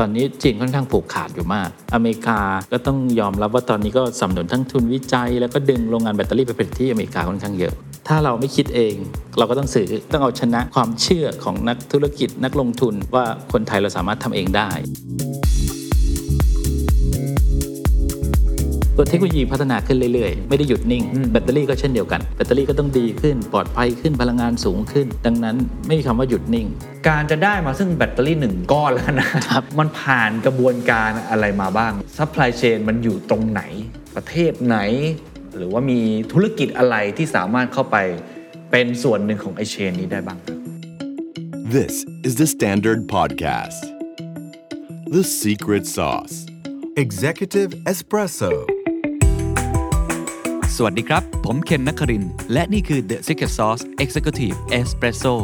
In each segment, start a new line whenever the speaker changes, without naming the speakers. ตอนนี้จีนค่อนข้างผูกขาดอยู่มาก อเมริกาก็ต้องยอมรับว่าตอนนี้ก็สนับสนุนทั้งทุนวิจัย แล้วก็ดึงโรงงานแบตเตอรี่ไปผลิตที่อเมริกาค่อนข้างเยอะ ถ้าเราไม่คิดเอง เราก็ต้องสื่อต้องเอาชนะความเชื่อของนักธุรกิจนักลงทุนว่าคนไทยเราสามารถทำเองได้ ตัวเทคโนโลยีพัฒนาขึ้นเรื่อยๆ ไม่ได้หยุดนิ่ง แบตเตอรี่ก็เช่นเดียวกัน แบตเตอรี่ก็ต้องดีขึ้นปลอดภัยขึ้นพลังงานสูงขึ้น ดังนั้นไม่มีคำว่าหยุดนิ่ง
การจะได้มาซึ่งแบตเตอรี่หนึ่งก้อนแล้วนะ มันผ่านกระบวนการอะไรมาบ้างซัพพลายเชนมันอยู่ตรงไหน ประเทศไหน หรือว่ามีธุรกิจอะไรที่สามารถเข้าไปเป็นส่วนหนึ่งของไอเชนนี้ได้บ้างครับ
This is the Standard Podcast. The Secret Sauce.
Executive Espresso.
สวัสดีครับ ผมเคนนักครินทร์และนี่คือ The Secret Sauce Executive Espresso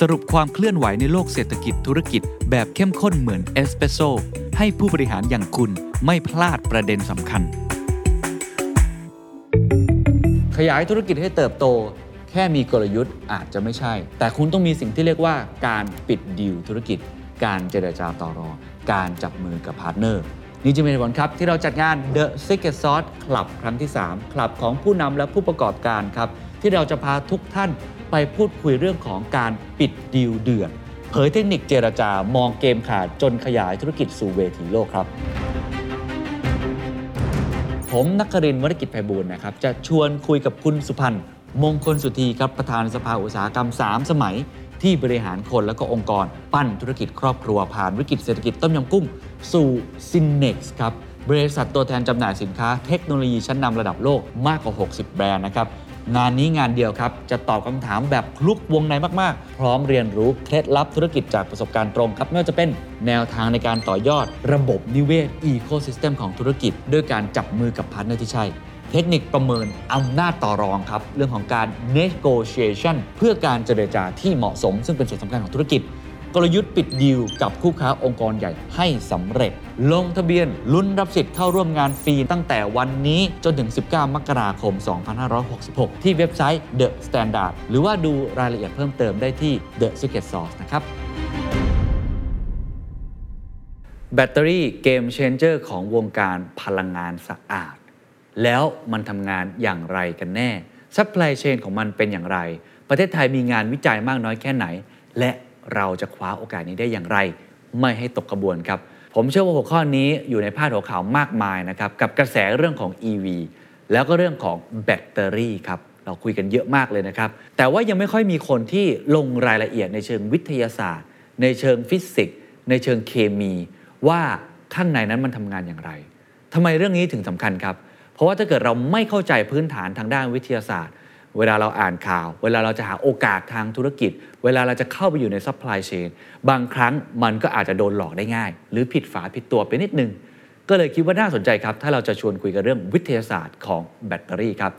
สรุปความเคลื่อนไหวในโลกเศรษฐกิจธุรกิจแบบเข้มข้นเหมือนเอสเปรสโซให้ผู้บริหารอย่างคุณไม่พลาดประเด็นสำคัญ
ขยายธุรกิจให้เติบโต แค่มีกลยุทธ์อาจจะไม่ใช่ แต่คุณต้องมีสิ่งที่เรียกว่าการปิดดีลธุรกิจ การเจรจาต่อรองการจับมือกับพาร์ทเนอร์ นี่จะเป็นเหตุผลครับ ที่เราจัดงาน The Secret Sauce Club ครั้งที่ 3 คลับของผู้นำและผู้ประกอบการครับ ที่เราจะพาทุกท่านไปพูดคุยเรื่องของการปิดดีลเดือดเผยเทคนิคเจรจามองเกมขาดจนขยายธุรกิจสู่เวทีโลกครับ ผมนักครินทร์วรกิจไพบูลย์นะครับ จะชวนคุยกับคุณสุพันธ์มงคลสุธีครับ ประธานสภาอุตสาหกรรม 3 สมัย ที่บริหารคนและก็องค์กร ปั้นธุรกิจครอบครัว ผ่านวิกฤตเศรษฐกิจต้มยำกุ้ง สู่ซินเน็กซ์ครับ บริษัทตัวแทนจำหน่ายสินค้าเทคโนโลยีชั้นนำระดับโลกมากกว่า 60 แบรนด์นะครับ งานนี้งานเดียวครับ จะตอบคำถามแบบคลุกวงในมากๆ พร้อมเรียนรู้เคล็ดลับธุรกิจจากประสบการณ์ตรงครับ ไม่ว่าจะเป็นแนวทางในการต่อยอด ระบบนิเวศอีโคซิสเต็มของธุรกิจ ด้วยการจับมือกับพาร์ทเนอร์ที่ใช่ เทคนิคประเมินอำนาจต่อรองครับ เรื่องของการ negotiation เพื่อการเจรจาที่เหมาะสม ซึ่งเป็นส่วนสำคัญของธุรกิจ กลยุทธ์ปิดดีลกับคู่ค้าองค์กรใหญ่ให้สำเร็จ ลงทะเบียนลุ้นรับสิทธิ์เข้าร่วมงานฟรีตั้งแต่วันนี้จนถึง 19 มกราคม 2566 ที่เว็บไซต์ The Standard หรือว่าดูรายละเอียดเพิ่มเติมได้ที่ The Secret Sauce นะครับ แบตเตอรี่เกมเชนเจอร์ของวงการพลังงานสะอาด แล้วมันทำงานอย่างไรกันแน่ซัพพลายเชนของมันเป็นอย่างไร ประเทศไทยมีงานวิจัยมากน้อยแค่ไหน และเราจะคว้าโอกาสนี้ได้อย่างไร ไม่ให้ตกกระบวนครับ ผมเชื่อว่าหัวข้อนี้อยู่ในพาดหัวข่าวมากมายนะครับ กับกระแสเรื่องของ EV แล้วก็เรื่องของแบตเตอรี่ครับ เราคุยกันเยอะมากเลยนะครับ แต่ว่ายังไม่ค่อยมีคนที่ลงรายละเอียดในเชิงวิทยาศาสตร์ ในเชิงฟิสิกส์ในเชิงเคมี ว่าข้างในนั้นมันทำงานอย่างไร ทำไมเรื่องนี้ถึงสำคัญครับ เพราะว่าถ้าเกิดเราไม่เข้าใจพื้นฐานทางด้านวิทยาศาสตร์ เวลาเราอ่านข่าว เวลาเราจะหาโอกาสทางธุรกิจ เวลาเราจะเข้าไปอยู่ในซัพพลายเชนบางครั้งมันก็อาจจะโดนหลอกได้ง่าย หรือผิดฝาผิดตัวไปนิดนึง ก็เลยคิดว่าน่าสนใจครับ ถ้าเราจะชวนคุยกันเรื่องวิทยาศาสตร์ของแบตเตอรี่ครับ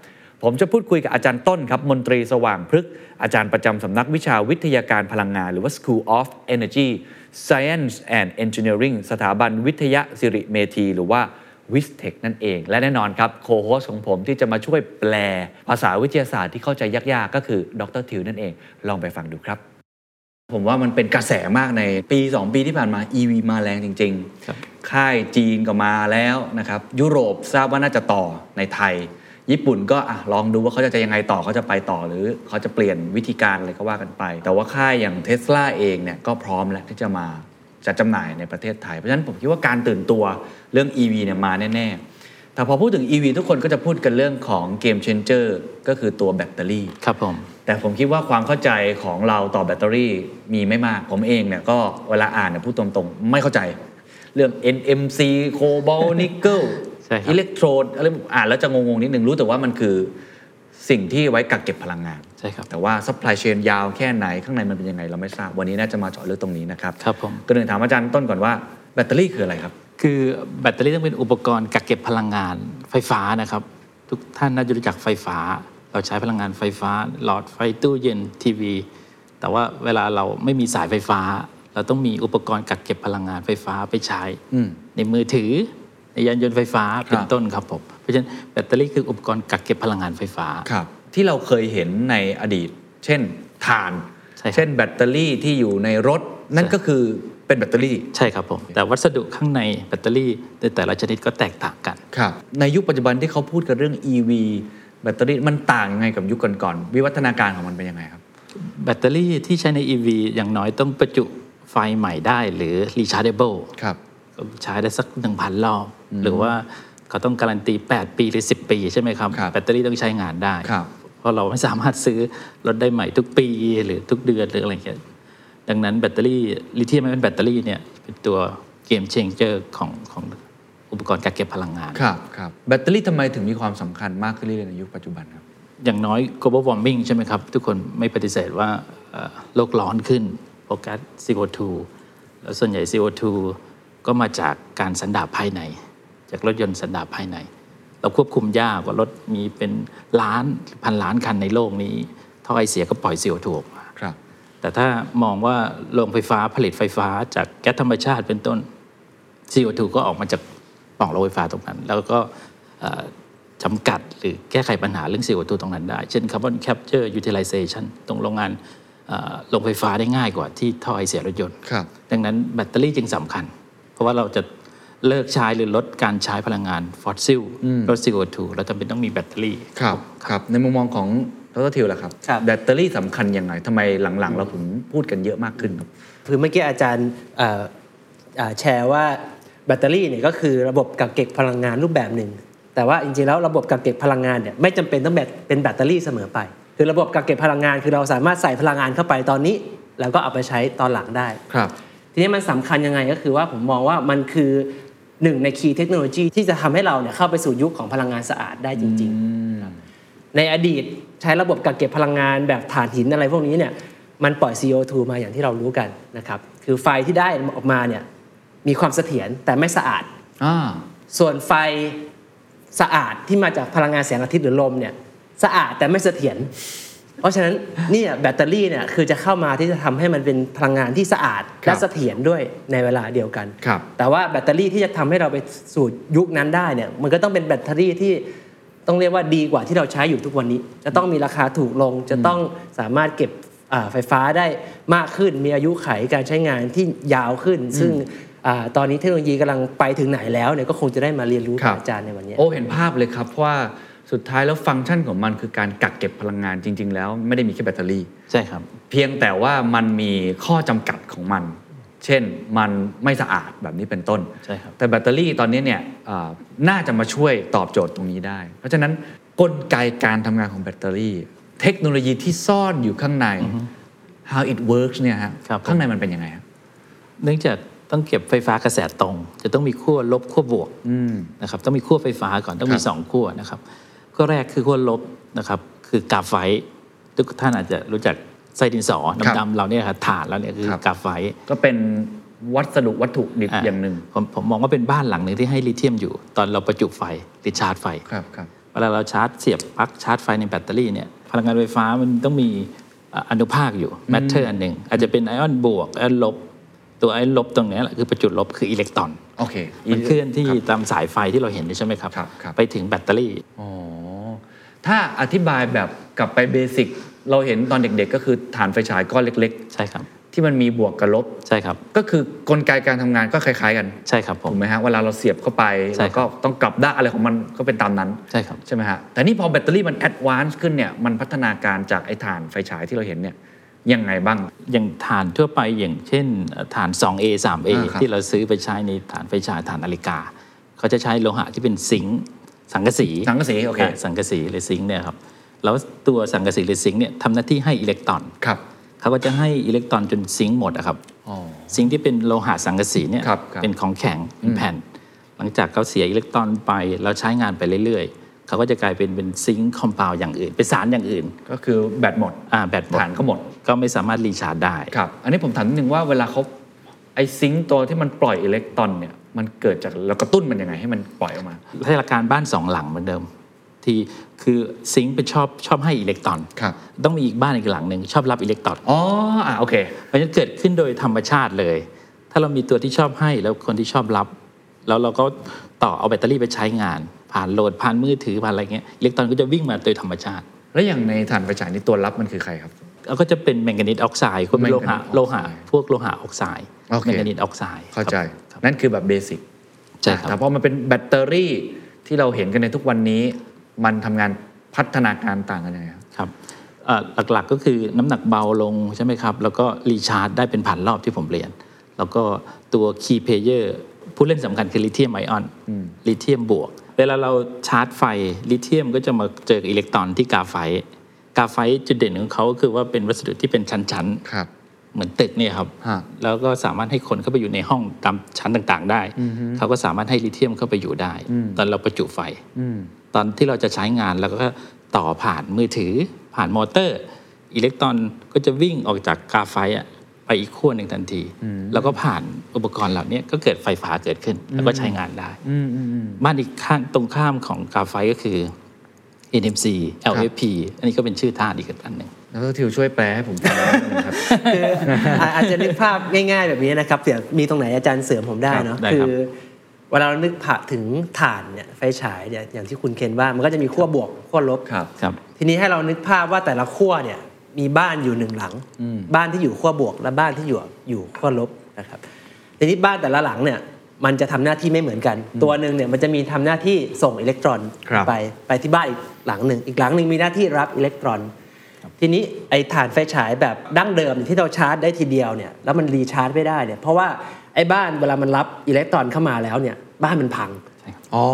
ผมจะพูดคุยกับอาจารย์ต้นครับ มนตรีสว่างพฤกษ์อาจารย์ประจำสำนักวิชาวิทยาการพลังงาน หรือว่า School of Energy Science and Engineering สถาบันวิทยาสิริเมธี หรือว่าวิสเทคนั่นเอง และแน่นอนครับ โคโฮสของผมที่จะมาช่วยแปล ภาษาวิทยาศาสตร์ที่เข้าใจยาก ๆ ก็คือดรทิวนั่นเอง ลองไปฟังดูครับ ผมว่ามันเป็นกระแสมากในปี 2 ปีที่ผ่านมา EV มาแรงจริง
ครับ
ๆ ค่ายจีนก็มาแล้วนะครับ ยุโรปทราบว่าน่าจะต่อในไทย ญี่ปุ่นก็อะลองดูว่าเขาจะจะยังไงต่อเขาจะไปต่อหรือเขาจะเปลี่ยนวิธีการอะไรก็ว่ากันไป แต่ว่าค่ายอย่างเทสลาเองเนี่ยก็พร้อมแล้วที่จะมาจะจำหน่ายในประเทศไทย เพราะฉะนั้นผมคิดว่าการตื่นตัวเรื่อง EV เนี่ยมาแน่ ๆ แต่พอพูดถึง EV ทุกคนก็จะพูดกันเรื่องของเกมเชนเจอร์ก็คือตัวแบตเตอรี่
ครับผม
แต่ผมคิดว่าความเข้าใจของเราต่อแบตเตอรี่มีไม่มาก ผมเองเนี่ยก็เวลาอ่านเนี่ยพูดตรงๆ ไม่เข้าใจ เรื่อง NMC โคบอลนิกเกิล
ใช่ครับ
อิเล็กโทรดอะไรอ่านแล้วจะงงๆ นิดนึงรู้แต่ว่ามันคือสิ่งที่ไว้กักเก็บพลังงาน
ใช่ครับ
แต่ว่าซัพพลายเชนยาวแค่ไหน ข้างในมันเป็นยังไงเราไม่ทราบ วันนี้น่าจะมาเจาะลึกตรงนี้นะครับ
ครับผม
ก็เลยถามอาจารย์ต้นก่อนว่าแบตเตอรี่คืออะไรครับ
คือแบตเตอรี่ต้องเป็นอุปกรณ์กักเก็บพลังงานไฟฟ้านะครับ ทุกท่านน่าจะรู้จักไฟฟ้า เราใช้พลังงานไฟฟ้า หลอดไฟตู้เย็นทีวี แต่ว่าเวลาเราไม่มีสายไฟฟ้า เราต้องมีอุปกรณ์กักเก็บพลังงานไฟฟ้าไปใช้
อืม
ในมือถือในยานยนต์ไฟฟ้าเป็น
ครับ
ต้นครับผมเพราะฉะนั้นแบตเตอรี่คืออุปกรณ์กักเก็บพลังงานไฟฟ้า
ครับที่เราเคยเห็นในอดีต เช่นถ่าน
ใช่ครับ
เช่นแบตเตอรี่ที่อยู่ในรถ นั่นก็คือ เป็นแบตเตอรี่
ใช่ครับผม แต่วัสดุข้างในแบตเตอรี่ในแต่ละชนิดก็แตกต่างกัน
ครับในยุคปัจจุบันที่เขาพูดกันเรื่อง EV แบตเตอรี่มันต่างยังไงกับยุคก่อนๆวิวัฒนาการของมันเป็นยังไงครับ
แบตเตอรี่ที่ใช้ใน EV อย่างน้อยต้องประจุไฟใหม่ได้หรือ rechargeable
ครับ
ก็ใช้ได้สัก 1,000 รอบ หรือว่าเขาต้องการันตี 8 ปีหรือ 10 ปีใช่ไหมครับ
ครับ
แบตเตอรี่ต้องใช้งานได้
ครับ
เพราะเราไม่สามารถซื้อรถได้ใหม่ทุกปีหรือทุกเดือนหรืออะไรอย่างเงี้ยดังนั้นแบตเตอรี่ลิเธียมไอออนแบตเตอรี่เนี่ยเป็นตัวเกมเชงเจอร์ของของอุปกรณ์การเก็บพลังงาน
ครับครับแบตเตอรี่ทำไมถึงมีความสำคัญมากขึ้นเรื่อยๆในยุคปัจจุบันครับ
อย่างน้อย global warming ใช่ไหมครับ ทุกคนไม่ปฏิเสธว่าเอ่อโลกร้อนขึ้นโฟกัส CO2 แล้วส่วนใหญ่ CO2 ก็มาจากการสันดาปภายใน จากรถยนต์สันดาปภายใน เราควบคุมยากว่ารถมีเป็นล้านพันล้านคันในโลกนี้ท่อไอเสียก็ปล่อย CO2 ออกมา
ครับ
แต่ถ้ามองว่าโรงไฟฟ้าผลิตไฟฟ้าจากแก๊สธรรมชาติเป็นต้น CO2 ก็ออกมาจากปล่องโรงไฟฟ้าตรงนั้น แล้วก็เอ่อจำกัดหรือแก้ไขปัญหาเรื่อง CO2 ตรงนั้นได้ เช่น Carbon Capture Utilization ตรงโรงงานเอ่อโรงไฟฟ้าได้ง่ายกว่าที่ท่อไอเสียรถยนต์
ครับ
ดังนั้นแบตเตอรี่จึงสำคัญ เพราะว่าเราจะเลิกใช้หรือลดการใช้พลังงานฟอสซิลลด CO2 เราจำเป็นต้องมีแบตเตอรี่
ครับครับในมุมมองของดรทิวล่ะครับ
ครับ
แบตเตอรี่สำคัญยังไงทำไมหลังๆ เราถึงพูดกันเยอะมากขึ้นครับ
คือเมื่อกี้อาจารย์เอ่อเอ่อแชร์ว่าแบตเตอรี่เนี่ยก็คือระบบกักเก็บพลังงานรูปแบบหนึ่ง แต่ว่าจริงๆแล้วระบบกักเก็บพลังงานเนี่ยไม่จำเป็นต้องแบตเป็นแบตเตอรี่เสมอไป คือระบบกักเก็บพลังงานคือเราสามารถใส่พลังงานเข้าไปตอนนี้ แล้วก็เอาไปใช้ตอนหลังได้
ครับ
ทีนี้มันสำคัญยังไงก็คือว่าผมมองว่ามันคือหนึ่งในคีย์เทคโนโลยีที่จะทำให้เราเนี่ยเข้าไปสู่ยุคของพลังงานสะอาดได้จริงๆครับในอดีตใช้ระบบกักเก็บพลังงานแบบถ่านหินอะไรพวกนี้เนี่ยมันปล่อย CO2 มาอย่างที่เรารู้กันนะครับคือไฟที่ได้ออกมาเนี่ยมีความเสถียรแต่ไม่สะอาด
อ่า
ส่วนไฟสะอาดที่มาจากพลังงานแสงอาทิตย์หรือลมเนี่ยสะอาดแต่ไม่เสถียร เพราะฉะนั้นเนี่ยแบตเตอรี่เนี่ยคือจะเข้ามาที่จะทำให้มันเป็นพลังงานที่สะอาด
ครั
และ
บ
เสถียรด้วยในเวลาเดียวกัน
ครับ
แต่ว่าแบตเตอรี่ที่จะทำให้เราไปสู่ยุคนั้นได้เนี่ยมันก็ต้องเป็นแบตเตอรี่ที่ต้องเรียกว่าดีกว่าที่เราใช้อยู่ทุกวันนี้ จะต้องมีราคาถูกลง จะต้องสามารถเก็บอ่าไฟฟ้าได้มากขึ้น มีอายุไขการใช้งานที่ยาวขึ้น ซึ่งอาตอนนี้เทคโนโลยีกำลังไปถึงไหนแล้วเนี่ยก็คงจะได้มาเรียนรู้
ครั
กับบ อาจารย์ในวันนี้
โอ้ เห็นภาพเลยครับเพราะว่าสุดท้ายแล้วฟังก์ชันของมันคือการกักเก็บพลังงานจริง ๆ แล้วไม่ได้มีแค่แบตเตอรี่
ใช่ครับ
เพียงแต่ว่ามันมีข้อจำกัดของมัน เช่นมันไม่สะอาดแบบนี้เป็นต้น
ใช่ครับ
แต่แบตเตอรี่ตอนนี้เนี่ยอ่าน่าจะมาช่วยตอบโจทย์ตรงนี้ได้ เพราะฉะนั้นกลไกการทำงานของแบตเตอรี่ เทคโนโลยีที่ซ่อนอยู่ข้างใน how it works เนี่ยฮะ
ครับผม
ข้างในมันเป็นยังไงฮะ
เนื่องจากต้องเก็บไฟฟ้ากระแสตรง จะต้องมีขั้วลบขั้วบวก
อืม
นะครับต้องมีขั้วไฟฟ้าก่อนต้องมี
ครับ
2ขั้วนะครับขั้วแรกคือขั้วลบนะครับคือกราฟไฟต์ทุกท่านอาจจะรู้จักไส้ดินสอ
ครับ
ดำๆเราเนี่ยครับฐานเราเนี่ยคือ
ครับ
กราฟไฟต์
ก็เป็นวัสดุวัตถุดิบ
อ่ะ
อย่างหนึ่ง
ผมผมมองว่าเป็นบ้านหลังหนึ่งที่ให้ลิเธียมอยู่ ตอนเราประจุไฟหรือชาร์จไฟ
ครับครับ
เวลาเราชาร์จเสียบปลั๊กชาร์จไฟในแบตเตอรี่เนี่ยพลังงานไฟฟ้ามันต้องมีเอ่ออนุภาคอยู่แมทเทอร์อันหนึ่งอาจจะเป็นไอออนบวกไอออนลบ ตัวไอออนลบตรงเนี้ยแหละคือประจุลบคืออิเล็กตรอน
โอเค
มันเคลื่อนที่
ครับ
ตามสายไฟที่เราเห็นนี่ใช่ไหมครับ
ครับครับ
ไปถึงแบตเตอรี่
อ๋อ ถ้าอธิบายแบบกลับไปเบสิก เราเห็นตอนเด็กๆ ก็คือฐานไฟฉายก้อนเล็ก
ใช่ครับ
ๆ ที่มันมีบวกกับลบ
ใช่ครับ
ก็คือกลไกการทำงานก็คล้ายๆกัน
ใช่ครับผ
ถู
ม
กไหมฮะเวลาเราเสียบเข้าไป
ใช่ค
แล้ว
รับ
ก็ต้องกลับด้านอะไรของมันก็เป็นตามนั้น
ใช่ครับ
ใช่ไหมฮะ แต่นี่พอแบตเตอรี่มันแอดวานซ์ขึ้นเนี่ยมันพัฒนาการจากไอ้ฐานไฟฉายที่เราเห็นเนี่ยยังไงบ้าง
อย่างฐานทั่วไปอย่างเช่นฐาน 2A 3A
อ่าครับ
ที่เราซื้อไปใช้ในฐานไฟฉายฐานนาฬิกา เขาจะใช้โลหะที่เป็นซิงค์สังกะสี
สังกะสีโอเค
าสังกะสีหรือซิงค์เนี่ยครับ แล้วตัวสังกะสีหรือซิงค์เนี่ยทำหน้าที่ให้อิเล็กตรอน
ครับ
เขาก็จะให้อิเล็กตรอนจนซิงค์หมดอะครับ
อ๋อ
สิ่งที่เป็นโลหะสังกะสีเนี่ย
ครับครับ
เป็นของแข็งเป็นแผ่น หลังจากเขาเสียอิเล็กตรอนไปแล้วใช้งานไปเรื่อยๆ เขาก็จะกลายเป็นเป็นซิงค์คอมเพลอย่างอื่น เป็นสารอย่างอื่น
ก็คือแบตหมด
อ่าแบตหมด
ฐานก็หมด
ก็ไม่สามารถรีชาร์จได้
ครับ อันนี้ผมถามนิดนึงว่าเวลาเขาไอซิงค์ตัวที่มันปล่อยอิเล็กตรอนเนี่ยมันเกิดจากเรากระตุ้นมันยังไงให้มันปล่อยออกมา
ให้หลักการบ้านสองหลังเหมือนเดิม ที่คือซิงค์เป็นชอบชอบให้อิเล็กตรอน
ครับ
ต้องมีอีกบ้านอีกหลังหนึ่งชอบรับอิเล็กตรอน
อ๋ออ่ะโอเค
เพราะฉะนั้นเกิดขึ้นโดยธรรมชาติเลย ถ้าเรามีตัวที่ชอบให้แล้วคนที่ชอบรับ แล้วเราก็ต่อเอาแบตเตอรี่ไปใช้งาน ผ่านโหลดผ่านมือถือผ่านอะไรเงี้ยอิเล็กตรอนก็จะวิ่งมาโดยธรรมชาติ
แล้วอย่างในฐานไฟฉายนี่ตัวรับมันคือใครครับ
แล้วก็จะเป็นแมงกานีสออกไซด์คนโลหะ
manganese
โลหะ
oxide
พวกโลหะออกไซด์
โอเค
แมงกานีนออกไซด์
เข้าใจ
ครับ
นั่นคือแบบเบสิก
ใช่ครั
แต่
บ
พอมันเป็นแบตเตอรี่ที่เราเห็นกันในทุกวันนี้ มันทำงานพัฒนาการต่างกันยังไงครับ
ครับเอ่อหลักๆก็คือน้ำหนักเบาลงใช่ไหมครับ แล้วก็รีชาร์จได้เป็นพันรอบที่ผมเรียน แล้วก็ตัวคีย์เพลเยอร์ผู้เล่นสำคัญคือลิเธียมไอออนลิเธียมบวก เวลาเราชาร์จไฟลิเธียมก็จะมาเจอกับอิเล็กตรอนที่กาไฟต์กาไฟต์จุดเด่นของเขาก็คือว่าเป็นวัสดุที่เป็นชั้นๆ
ครับ
เหมือนตึกเนี่ยครับ
ฮะ
แล้วก็สามารถให้คนเข้าไปอยู่ในห้องตามชั้นต่างๆ ได้ เขาก็สามารถให้ลิเทียมเข้าไปอยู่ได้ ตอนเราประจุไฟ
อืม
ตอนที่เราจะใช้งานเราก็ต่อผ่านมือถือ ผ่านมอเตอร์ อิเล็กตรอนก็จะวิ่งออกจากกราไฟต์อะไปอีกขั้วหนึ่งทันที แล้วก็ผ่านอุปกรณ์เหล่านี้ก็เกิดไฟฟ้าเกิดขึ้น แล้วก็ใช้งานได้
อืมอืมอืม
บ้านอีกข้างตรงข้ามของกราไฟต์ก็คือ NMC LFP อันนี้ก็เป็นชื่อธาตุอีกอันหนึ่ง
แล้วทิวช่วยแปลให้ผมฟังหน่อยนะครับ
คืออ่ะอาจจะนึกภาพง่าย ๆ แบบนี้นะครับเดี๋ยวมีตรงไหนอาจารย์เสริมผมได้เนาะ
ครับได้
คื
ครั
อบ เวลาเรานึกผ่าถึงฐานเนี่ยไฟฉายเนี่ยอย่างที่คุณเคนว่ามันก็จะมีขั้วบวกขั้วลบ
ครับ
ครับ
ทีนี้ให้เรานึกภาพว่าแต่ละขั้วเนี่ยมีบ้านอยู่หนึ่งหลัง บ้านที่อยู่ขั้วบวก และบ้านที่อยู่อยู่ขั้วลบนะครับทีนี้บ้านแต่ละหลังเนี่ยมันจะทำหน้าที่ไม่เหมือนกัน ตัวหนึ่งเนี่ยมันจะมีทำหน้าที่ส่งอิเล็กตรอน
ครับ
ไปไปที่บ้านอีกหลังหนึ่งอีกหลังหนึ่งมีหน้าที่รับอิเล็กตรอน ทีนี้ไอ้ฐานไฟฉายแบบดั้งเดิมที่เราชาร์จได้ทีเดียวเนี่ยแล้วมันรีชาร์จไม่ได้เนี่ยเพราะว่าไอ้บ้านเวลามันรับอิเล็กตรอนเข้ามาแล้วเนี่ยบ้านมันพัง
อ๋อ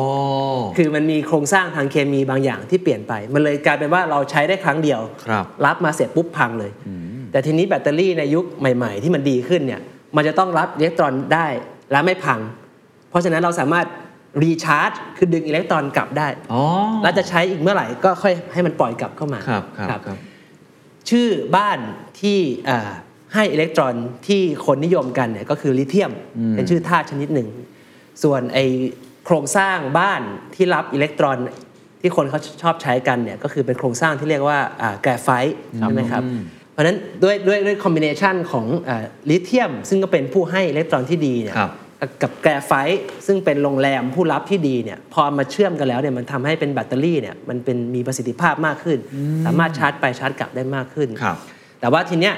คือมันมีโครงสร้างทางเคมีบางอย่างที่เปลี่ยนไป มันเลยกลายเป็นว่าเราใช้ได้ครั้งเดียว
ครับ
บมาเสร็จปุ๊บพังเลย แต่ทีนี้แบตเตอรี่ในยุคใหม่ ๆ ที่มันดีขึ้นเนี่ย มันจะต้องรับอิเล็กตรอนได้และไม่พัง เพราะฉะนั้นเราสามารถรีชาร์จ คือดึงอิเล็กตรอนกลับได้
อ๋อ
แล้วจะใช้อีกเมื่อไหร่ก็ค่อยให้มันปล่อยกลับเข้ามา
ครับครับครับ
ชื่อบ้านที่เอ่อให้อิเล็กตรอนที่คนนิยมกันเนี่ยก็คือลิเธียมเป็นชื่อธาตุชนิดหนึ่ง ส่วนไอโครงสร้างบ้านที่รับอิเล็กตรอนที่คนเขาชอบใช้กันเนี่ยก็คือเป็นโครงสร้างที่เรียกว่าแกรไฟต์ใช่ไหมครับ เพราะฉะนั้นด้วยด้วยด้วยคอมบิเนชันของลิเธียม ซึ่งก็เป็นผู้ให้อิเล็กตรอนที่ดีเนี่ย
ครับ
กับแกรไฟต์ซึ่งเป็นโรงแรมผู้รับที่ดีเนี่ยพอมาเชื่อมกันแล้วเนี่ยมันทำให้เป็นแบตเตอรี่เนี่ยมันเป็นมีประสิทธิภาพมากขึ้น สามารถชาร์จไปชาร์จกลับได้มากขึ้น
ครับ
แต่ว่าทีเนี้ย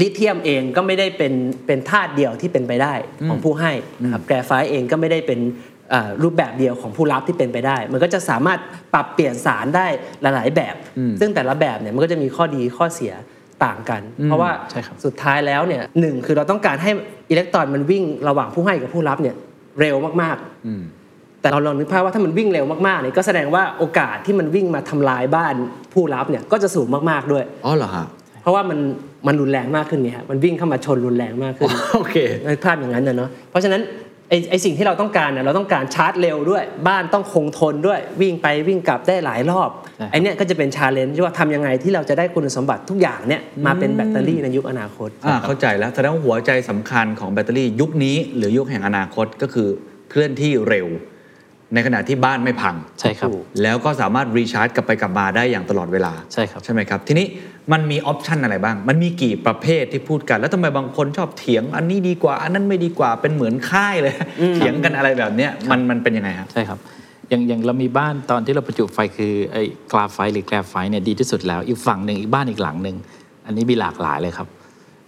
ลิเธียมเองก็ไม่ได้เป็นเป็นธาตุเดียวที่เป็นไปได้ของผู้ให้นะครับแกรไฟต์เองก็ไม่ได้เป็นเอ่อรูปแบบเดียวของผู้รับที่เป็นไปได้ มันก็จะสามารถปรับเปลี่ยนสารได้หลาย ๆ แบบ ซึ่งแต่ละแบบเนี่ยมันก็จะมีข้อดีข้อเสียต่างกัน เพราะว่า
ใช่ครับ
สุดท้ายแล้วเนี่ยหนึ่งคือเราต้องการให้อิเล็กตรอนมันวิ่งระหว่างผู้ให้กับผู้รับเนี่ยเร็วมากๆ
อืม
แต่เราลองนึกภาพว่าถ้ามันวิ่งเร็วมากๆเนี่ยก็แสดงว่าโอกาสที่มันวิ่งมาทำลายบ้านผู้รับเนี่ยก็จะสูงมากๆด้วย
อ๋อเหรอฮะ
เพราะว่ามันมันรุนแรงมากขึ้นไงฮะมันวิ่งเข้ามาชนรุนแรงมากขึ้น
โอเค
นึกภาพอย่างนั้นนะเนาะเพราะฉะนั้นไอไอสิ่งที่เราต้องการเนี่ยเราต้องการชาร์จเร็วด้วย บ้านต้องคงทนด้วย วิ่งไปวิ่งกลับได้หลายรอบ
ใช่ครับ
ไอเนี่ยก็จะเป็นชาเลนจ์ที่ว่าทำยังไงที่เราจะได้คุณสมบัติทุกอย่างเนี่ยมาเป็นแบตเตอรี่ในยุคอนาคต
อ่าเข้าใจแล้วแสดงว่าหัวใจสำคัญของแบตเตอรี่ยุคนี้หรือยุคแห่งอนาคตก็คือเคลื่อนที่เร็ว ในขณะที่บ้านไม่พัง
ใช่ครับ
แล้วก็สามารถรีชาร์จกลับไปกลับมาได้อย่างตลอดเวลา
ใช่ครับ
ใช่ไหมครับ ทีนี้มันมีออปชันอะไรบ้าง มันมีกี่ประเภทที่พูดกัน แล้วทำไมบางคนชอบเถียง อันนี้ดีกว่า อันนั้นไม่ดีกว่าเป็นเหมือนค่ายเลย เถียงกันอะไรแบบเนี้ยมันมันเป็นยังไงฮะ
ใช่ครับ อย่างอย่างเรามีบ้านตอนที่เราประจุไฟคือไอ้กราไฟต์หรือแกรไฟต์เนี่ยดีที่สุดแล้ว อีกฝั่งหนึ่งอีกบ้านอีกหลังหนึ่ง อันนี้มีหลากหลายเลยครับ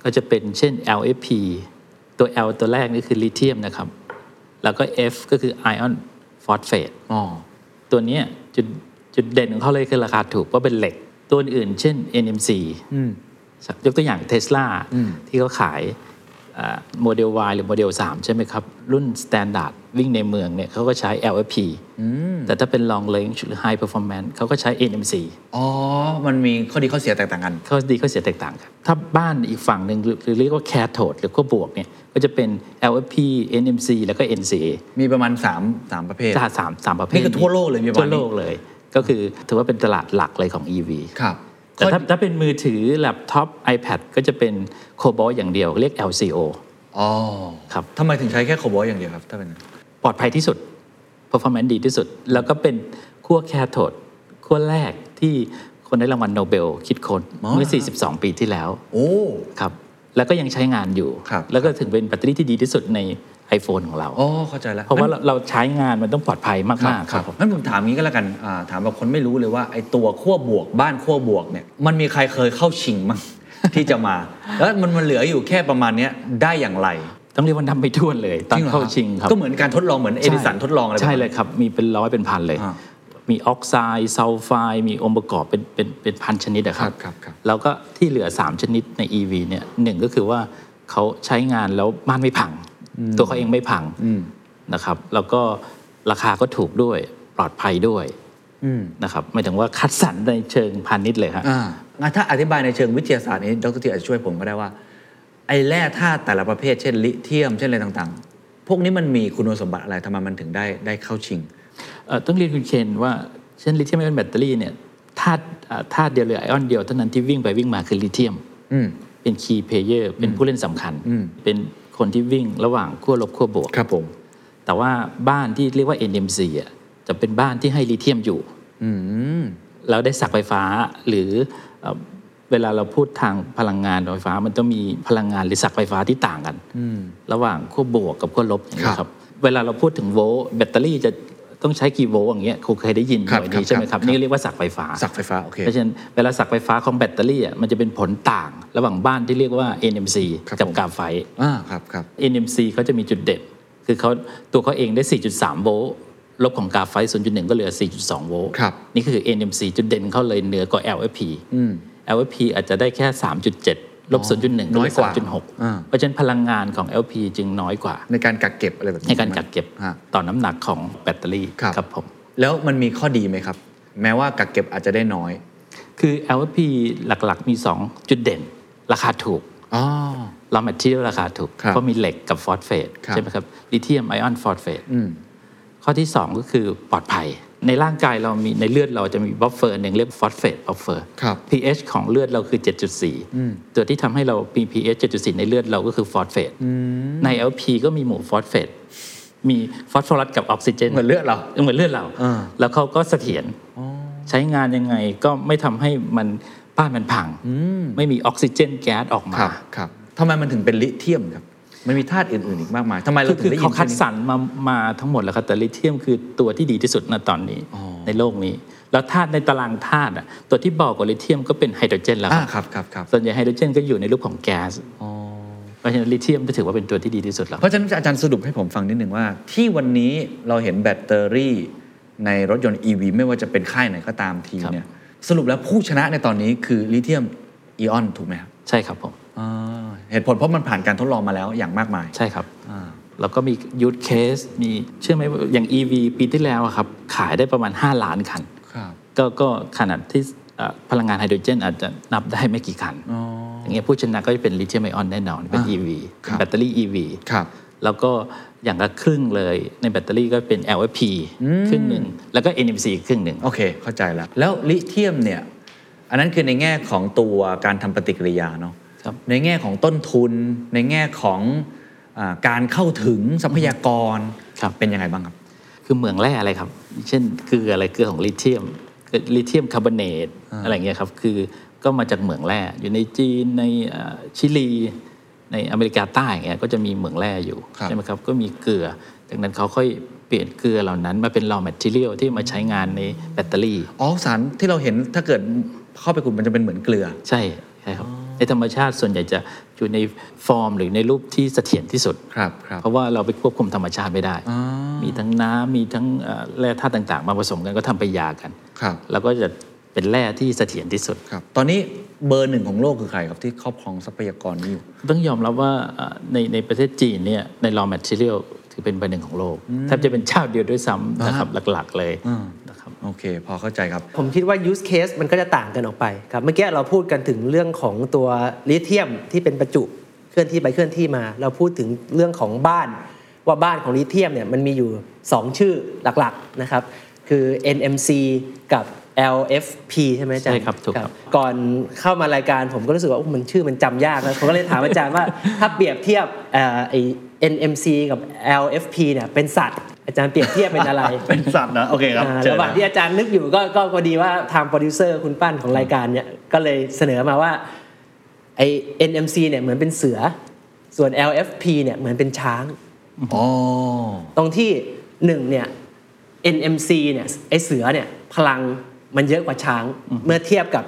ก็จะเป็นเช่น LFP ตัว L ตัวแรกนี่คือลิเธียมนะครับ แล้วก็ F ก็คือไอออนฟอสเฟต
อ๋อ
ตัวเนี้ยจุดจุดเด่นของเขาเลยคือราคาถูกเพราะเป็นเหล็ก ตัวอื่นเช่น NMC ยกตัวอย่างเทสลาที่เขาขายโมเดล Y หรือโมเดล 3 ใช่ไหมครับ รุ่น Standard วิ่งในเมืองเนี่ยเขาก็ใช้ LFP แต่ถ้าเป็น Long Range หรือ High Performance เขาก็ใช้ NMC
อ๋อ มันมีข้อดีข้อเสียแตกต่างกัน
ข้อดีข้อเสียแตกต่างกัน ถ้าบ้านอีกฝั่งหนึ่งหรือหรือเรียกว่า Cathode หรือขั้วบวกเนี่ยก็จะเป็น LFP NMC แล้วก็ NCA
มีประมาณ3มประเภท
ตลาดสามสามประเภท
นี่คือทั่วโลกเลยมีประมาณนี้
ทั่วโลกเลย ก็คือถือว่าเป็นตลาดหลักเลยของ EV
ครับ
แต่
ข้อ
ถ้าถ้าเป็นมือถือแล็ปท็อป iPad ก็จะเป็นโคบอลอย่างเดียว เรียก LCO
อ๋อ
ครับ
ทำไมถึงใช้แค่โคบอลอย่างเดียวครับถ้าเป็นงั้น
ปลอดภัยที่สุด performance ดีที่สุด แล้วก็เป็นขั้วแคโทดขั้วแรกที่คนได้รางวัลโนเบลคิดค้น
อ๋อ
เมื่อ 42 ปีที่แล้ว
โอ้
ครับ แล้วก็ยังใช้งานอยู่
ครับ
แล้วก็ถึงเป็นแบตเตอรี่ที่ดีที่สุดใน iPhone ของเรา
อ๋อเข้าใจแล้ว
เพราะว่าเราเราใช้งานมันต้องปลอดภัย
ครับ
มากๆ
ค
ค
รั
รั
บบ
ผม
งั้นผมถามงี้ก็แล้วกันอ่าถามแบบคนไม่รู้เลยว่าไอ้ตัวขั้วบวกบ้านขั้วบวกเนี่ยมันมีใครเคยเข้าชิงมั้ง ที่จะมา แล้วมันมันเหลืออยู่แค่ประมาณเนี้ยได้อย่างไร
ต้องเรียกว่านับไม่ถ้วนเลย ตอน
จริงหรอ
เข้าชิงครับ
ก็เหมือนการทดลองเหมือนเอดิสัน
ใช่
ทดลองอะไรแบบนั้น
ใช่เลยครับ มีเป็นร้อยเป็นพันเลย
อ่า
มีออกไซด์ซัลไฟด์มีองค์ประกอบเป็นเป็นเป็นพันชนิดอะครับ
ครับครับครับ
แล้วก็ที่เหลือ 3 ชนิดใน EV เนี่ยหนึ่งก็คือว่าเขาใช้งานแล้วบ้านไม่พัง ตัวเขาเองไม่พัง
อืม
นะครับแล้วก็ราคาก็ถูกด้วยปลอดภัยด้วย
อืม
นะครับหมายถึงว่าคัดสรรในเชิงพาณิชย์เลยฮะ
อ่างั้นถ้าอธิบายในเชิงวิทยาศาสตร์นี้ดรทีอาจจะช่วยผมก็ได้ว่า ไอ้แร่ธาตุแต่ละประเภทเช่นลิเทียมเช่นอะไรต่างๆ พวกนี้มันมีคุณสมบัติอะไรทำไมมันถึงได้ได้เข้าชิง
เอ่อต้องเรียนคุณเคนว่าเช่นลิเธียมไอออนแบตเตอรี่เนี่ยธาตุอ่าธาตุเดียวหรือไอออนเดียวเท่านั้นที่วิ่งไปวิ่งมาคือลิเธียม
อืม
เป็นคีย์เพเยอร์เป็นผู้เล่นสำคัญ
อืม
เป็นคนที่วิ่งระหว่างขั้วลบขั้วบวก
ครับผม
แต่ว่าบ้านที่เรียกว่า NMC อ่ะจะเป็นบ้านที่ให้ลิเธียมอยู่
อืม
แล้วได้สักไฟฟ้าหรือเอ่อเวลาเราพูดทางพลังงานไฟฟ้า มันต้องมีพลังงานหรือสักไฟฟ้าที่ต่างกัน
อืม
ระหว่างขั้วบวกกับขั้วลบอย่างนี้ย
ค
ค
รั
รั
บบ
เวลาเราพูดถึงโวลต์แบตเตอรี่จะต้องใช้กี่โวลต์อย่างเงี้ยคงเคยได้ยินห
ครับ
น่วย
ครับ
นี้ใช่ไหม
ค
ค
รั
รับ บ นี่เรียกว่าสักไฟฟ้า
สักไฟฟ้า โอเค
เพราะฉะนั้นเวลาสักไฟฟ้าของแบตเตอรี่อ่ะมันจะเป็นผลต่างระหว่างบ้านที่เรียกว่า NMC
ครับ
กับ
ผม
กาไฟ
อ่าครับครับ
NMC เขาจะมีจุดเด่น คือเขาตัวเขาเองได้ 4.3 โวลต์ลบของกาไฟ 0.1 ก็เหลือ 4.2 โวลต์
ครับ
นี่คือ NMC จุดเด่นเขาเลยเหนือกว่า LFP
อืม
LFP อาจจะได้แค่ 3.7 ลบ 0.1
น้อยกว่าอ่า
3.6 เพราะฉะนั้นพลังงานของ LP จึงน้อยกว่า
ในการกักเก็บอะไรแบบนี้
ในการกักเก็บ
ฮะ
ต่อน้ำหนักของแบตเตอรี่
ครับ
ครับผม
แล้วมันมีข้อดีไหมครับ แม้ว่ากักเก็บอาจจะได้น้อย
คือ LFP หลักๆ มี 2 จุดเด่น ราคาถูก
อ๋อ
เรามาเที่ยวราคาถูก
ครับ
เพราะมีเหล็กกับฟอสเฟต
ครับ
ใช่ไหมครับลิเธียมไอออนฟอสเฟต
อืม
ข้อที่ 2 ก็คือปลอดภัย ในร่างกายเรามีในเลือดเราจะมีบัฟเฟอร์หนึ่งเรียกฟอสเฟตบัฟเฟอร์
ครับ
pH ของเลือดเราคือ
อืม
7.4 ตัวที่ทำให้เรามี pH 7.4 ในเลือดเราก็คือฟอสเฟตใน LP ก็มีหมู่ฟอสเฟตมีฟอสฟอรัสกับออกซิเจน
เหมือนเลือดเรา
เหมือนเลือดเรา
อ่า
แล้วเขาก็เสถียรใช้งานยังไงก็ไม่ทำให้มันบ้านมันพัง ไม่มีออกซิเจนแก๊สออกมา
ครับครับทำไมมันถึงเป็นลิเทียมครับ มันมีธาตุอื่น ๆ อีกมากมายทำไมเรา
คือคือ
ถึงได้ยิน
เขาคัดส
ชื่อนี้
รรมามาทั้งหมดแล้วครับแต่ลิเทียมคือตัวที่ดีที่สุดณตอนนี้
อ๋อ
ในโลกนี้ แล้วธาตุในตารางธาตุอะตัวที่เบากว่าลิเทียมก็เป็นไฮโดรเจนแล้ว
อ่า
ครับ
ครับครับครับ
ส่วนใหญ่ไฮโดรเจนก็อยู่ในรูปของแก๊ส
อ๋อ
เพราะฉะนั้นลิเทียมก็ถือว่าเป็นตัวที่ดีที่สุดแล้ว
เพราะฉะนั้นอาจารย์สรุปให้ผมฟังนิดหนึ่งว่า ที่วันนี้เราเห็นแบตเตอรี่ในรถยนต์ EV ไม่ว่าจะเป็นค่ายไหนก็ตามที
ครับ
เนี่ยสรุปแล้วผู้ชนะในตอนนี้คือลิเทียมไอออนถูกไหมครับ
ใช่ครับผม
อ่าเหตุผลเพราะมันผ่านการทดลองมาแล้วอย่างมากมาย
ใช่ครับ
อ่า
แล้วก็มียูทเคสมีเชื่อไหมว่าอย่าง EV ปีที่แล้วอะครับขายได้ประมาณ 5 ล้านคัน
ครับ
ก็ก็ขนาดที่เอ่อพลังงานไฮโดรเจนอาจจะนับได้ไม่กี่คัน
อ๋อ
อย่างเงี้ยผู้ชนะก็จะเป็นลิเธียมไอออนแน่นอน เป็น
อ่า
EV
ครับ
แบตเตอรี่ EV
ครับ
แล้วก็อย่างละครึ่งเลยในแบตเตอรี่ก็เป็น LFP ครึ่งหนึ่ง แล้วก็ NMC อีกครึ่งหนึ่ง
โอเค เข้าใจแล้ว แล้วลิเทียมเนี่ย อันนั้นคือในแง่ของตัวการทำปฏิกิริยาเนาะ
ครับ
ในแง่ของต้นทุน ในแง่ของอาการเข้าถึงทรัพยากร
ครับ
เป็นยังไงบ้างครับ
คือเหมืองแร่อะไรครับ เช่นเกลืออะไรเกลือของลิเธียมเกลือลิเธียมคาร์บอเนตอะไรเงี้ยครับคือก็มาจากเหมืองแร่อยู่ในจีนในเอ่อชิลี ในอเมริกาใต้อย่างเงี้ยก็จะมีเหมืองแร่อยู่
ครับ
ใช่ไหมครับก็มีเกลือจากนั้นเขาค่อยเปลี่ยนเกลือเหล่านั้นมาเป็น raw material ที่มาใช้งานในแบตเตอรี่
อ๋อ สารที่เราเห็นถ้าเกิดเข้าไปขุดมันจะเป็นเหมือนเกลือ
ใช่ใช่ครับในธรรมชาติส่วนใหญ่จะอยู่ในฟอร์มหรือในรูปที่เสถียรที่สุด
ครับ ครับ
เพราะว่าเราไปควบคุมธรรมชาติไม่ได้
อ๋อ
มีทั้งน้ำมีทั้งเอ่อแร่ธาตุต่าง ๆ มาผสมกันก็ทำไปนยากัน
ครับ
แล้วก็จะเป็นแร่ที่เสถียรที่สุด
ครับ ตอนนี้เบอร์หนึ่งของโลกคือใครครับที่ครอบครองทรัพยากรนี้อยู่
ต้องยอมรับว่าเอ่อในในประเทศจีนเนี่ยใน raw material ถือเป็นประเด็นของโลกแทบจะเป็นเจ้าเดียวด้วยซ้ำนะครับหลักๆเลย
อืม
นะครับ
โอเค พอเข้าใจครับ
ผมคิดว่า use case มันก็จะต่างกันออกไปครับ เมื่อกี้เราพูดกันถึงเรื่องของตัวลิเธียมที่เป็นประจุเคลื่อนที่ไปเคลื่อนที่มา เราพูดถึงเรื่องของบ้าน ว่าบ้านของลิเธียมเนี่ยมันมีอยู่ 2 ชื่อหลักๆนะครับ คือ NMC กับ LFP ใช่ไหมอาจารย์
ใช่ครับถูกครับ
ก่อนเข้ามารายการผมก็รู้สึกว่าโอ้มันชื่อมันจำยากนะผมก็เลยถามอาจารย์ว่า ถ้าเปรียบเทียบเอ่อไอ้ NMC กับ LFP เนี่ยเป็นสัตว์อาจารย์เปรียบเทียบเป็ นอะไร
เป็นสัตว์นะ โอเคครับ
อ่า
เชิญ
ระหว่าง
นะ
ที่อาจารย์นึกอยู่ก็ก็พอดีว่าทางโปรดิวเซอร์คุณปั้นของรายการเนี่ยก็เลยเสนอมาว่าไอ NMC เนี่ยเหมือนเป็นเสือ ส่วน LFP เนี่ยเหมือนเป็นช้าง
อ๋อ
ตรงที่หนึ่งเนี่ย NMC เนี่ยไอเสือเนี่ยพลังมันเยอะกว่าช้างเมื่อเทียบกับ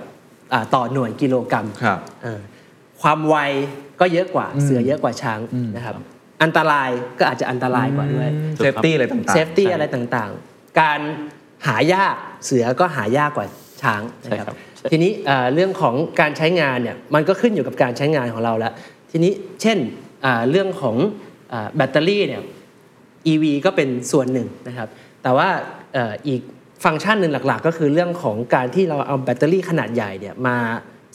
อ่าต่อหน่วยกิโลกรัม
ครับ
อ่า ความไวก็เยอะกว่าเสือเยอะกว่าช้างนะครับ อันตรายก็อาจจะอันตรายกว่าด้วย
เซฟตี้อะไรต่างๆ
เซฟตี้อะไรต่างๆ การหายากเสือก็หายากกว่าช้างนะค
ใช่ครั
รั
บบ ใช่
ทีนี้เอ่อเรื่องของการใช้งานเนี่ยมันก็ขึ้นอยู่กับการใช้งานของเราแล้ว ทีนี้เช่นอ่าเรื่องของอ่าแบตเตอรี่เนี่ย EV ก็เป็นส่วนหนึ่งนะครับ แต่ว่าเอ่ออีกฟังก์ชันหนึ่งหลักๆ ก็คือเรื่องของการที่เราเอาแบตเตอรี่ขนาดใหญ่เนี่ยมา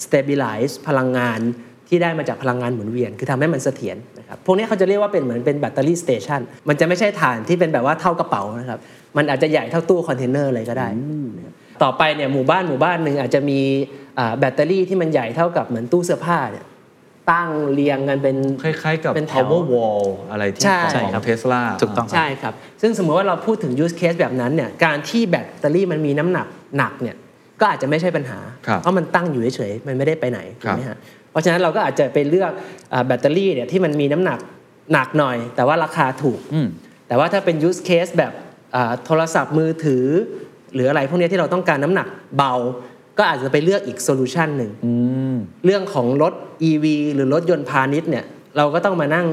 stabilize พลังงานที่ได้มาจากพลังงานหมุนเวียน คือทำให้มันเสถียรนะครับ พวกนี้เขาจะเรียกว่าเป็นเหมือนเป็นแบตเตอรี่สเตชันมันจะไม่ใช่ฐานที่เป็นแบบว่าเท่ากระเป๋านะครับ มันอาจจะใหญ่เท่าตู้คอนเทนเนอร์เลยก็ได้นะครับต่อไปเนี่ยหมู่บ้านหมู่บ้านหนึ่งอาจจะมีอ่าแบตเตอรี่ที่มันใหญ่เท่ากับเหมือนตู้เสื้อผ้าเนี่ยตั้งเรียงกันเป็น
คล้ายๆ กับ
เป็นแถว
power wall อะไรที่
ใช่
ของเทสลา
ถูกต้องครับ
ใช่ครับ ซึ่งสมมติว่าเราพูดถึง use case แบบนั้นเนี่ย การที่แบตเตอรี่มันมีน้ำหนักหนักเนี่ย ก็อาจจะไม่ใช่ปัญหา
ครับ
เพราะมันตั้งอยู่เฉยๆ มันไม่ได้ไปไหน
ค
ถู
รั
ก
บ
ไหมฮะ เพราะฉะนั้นเราก็อาจจะไปเลือกอ่าแบตเตอรี่เนี่ยที่มันมีน้ำหนักหนักหน่อย แต่ว่าราคาถูก
อืม
แต่ว่าถ้าเป็น use case แบบอ่าโทรศัพท์มือถือ หรืออะไรพวกเนี้ยที่เราต้องการน้ำหนักเบา ก็อาจจะไปเลือกอีกโซลูชันหนึ่ง
อืม
เรื่องของรถ EV หรือรถยนต์พาณิชย์เนี่ยเราก็ต้องมานั่ง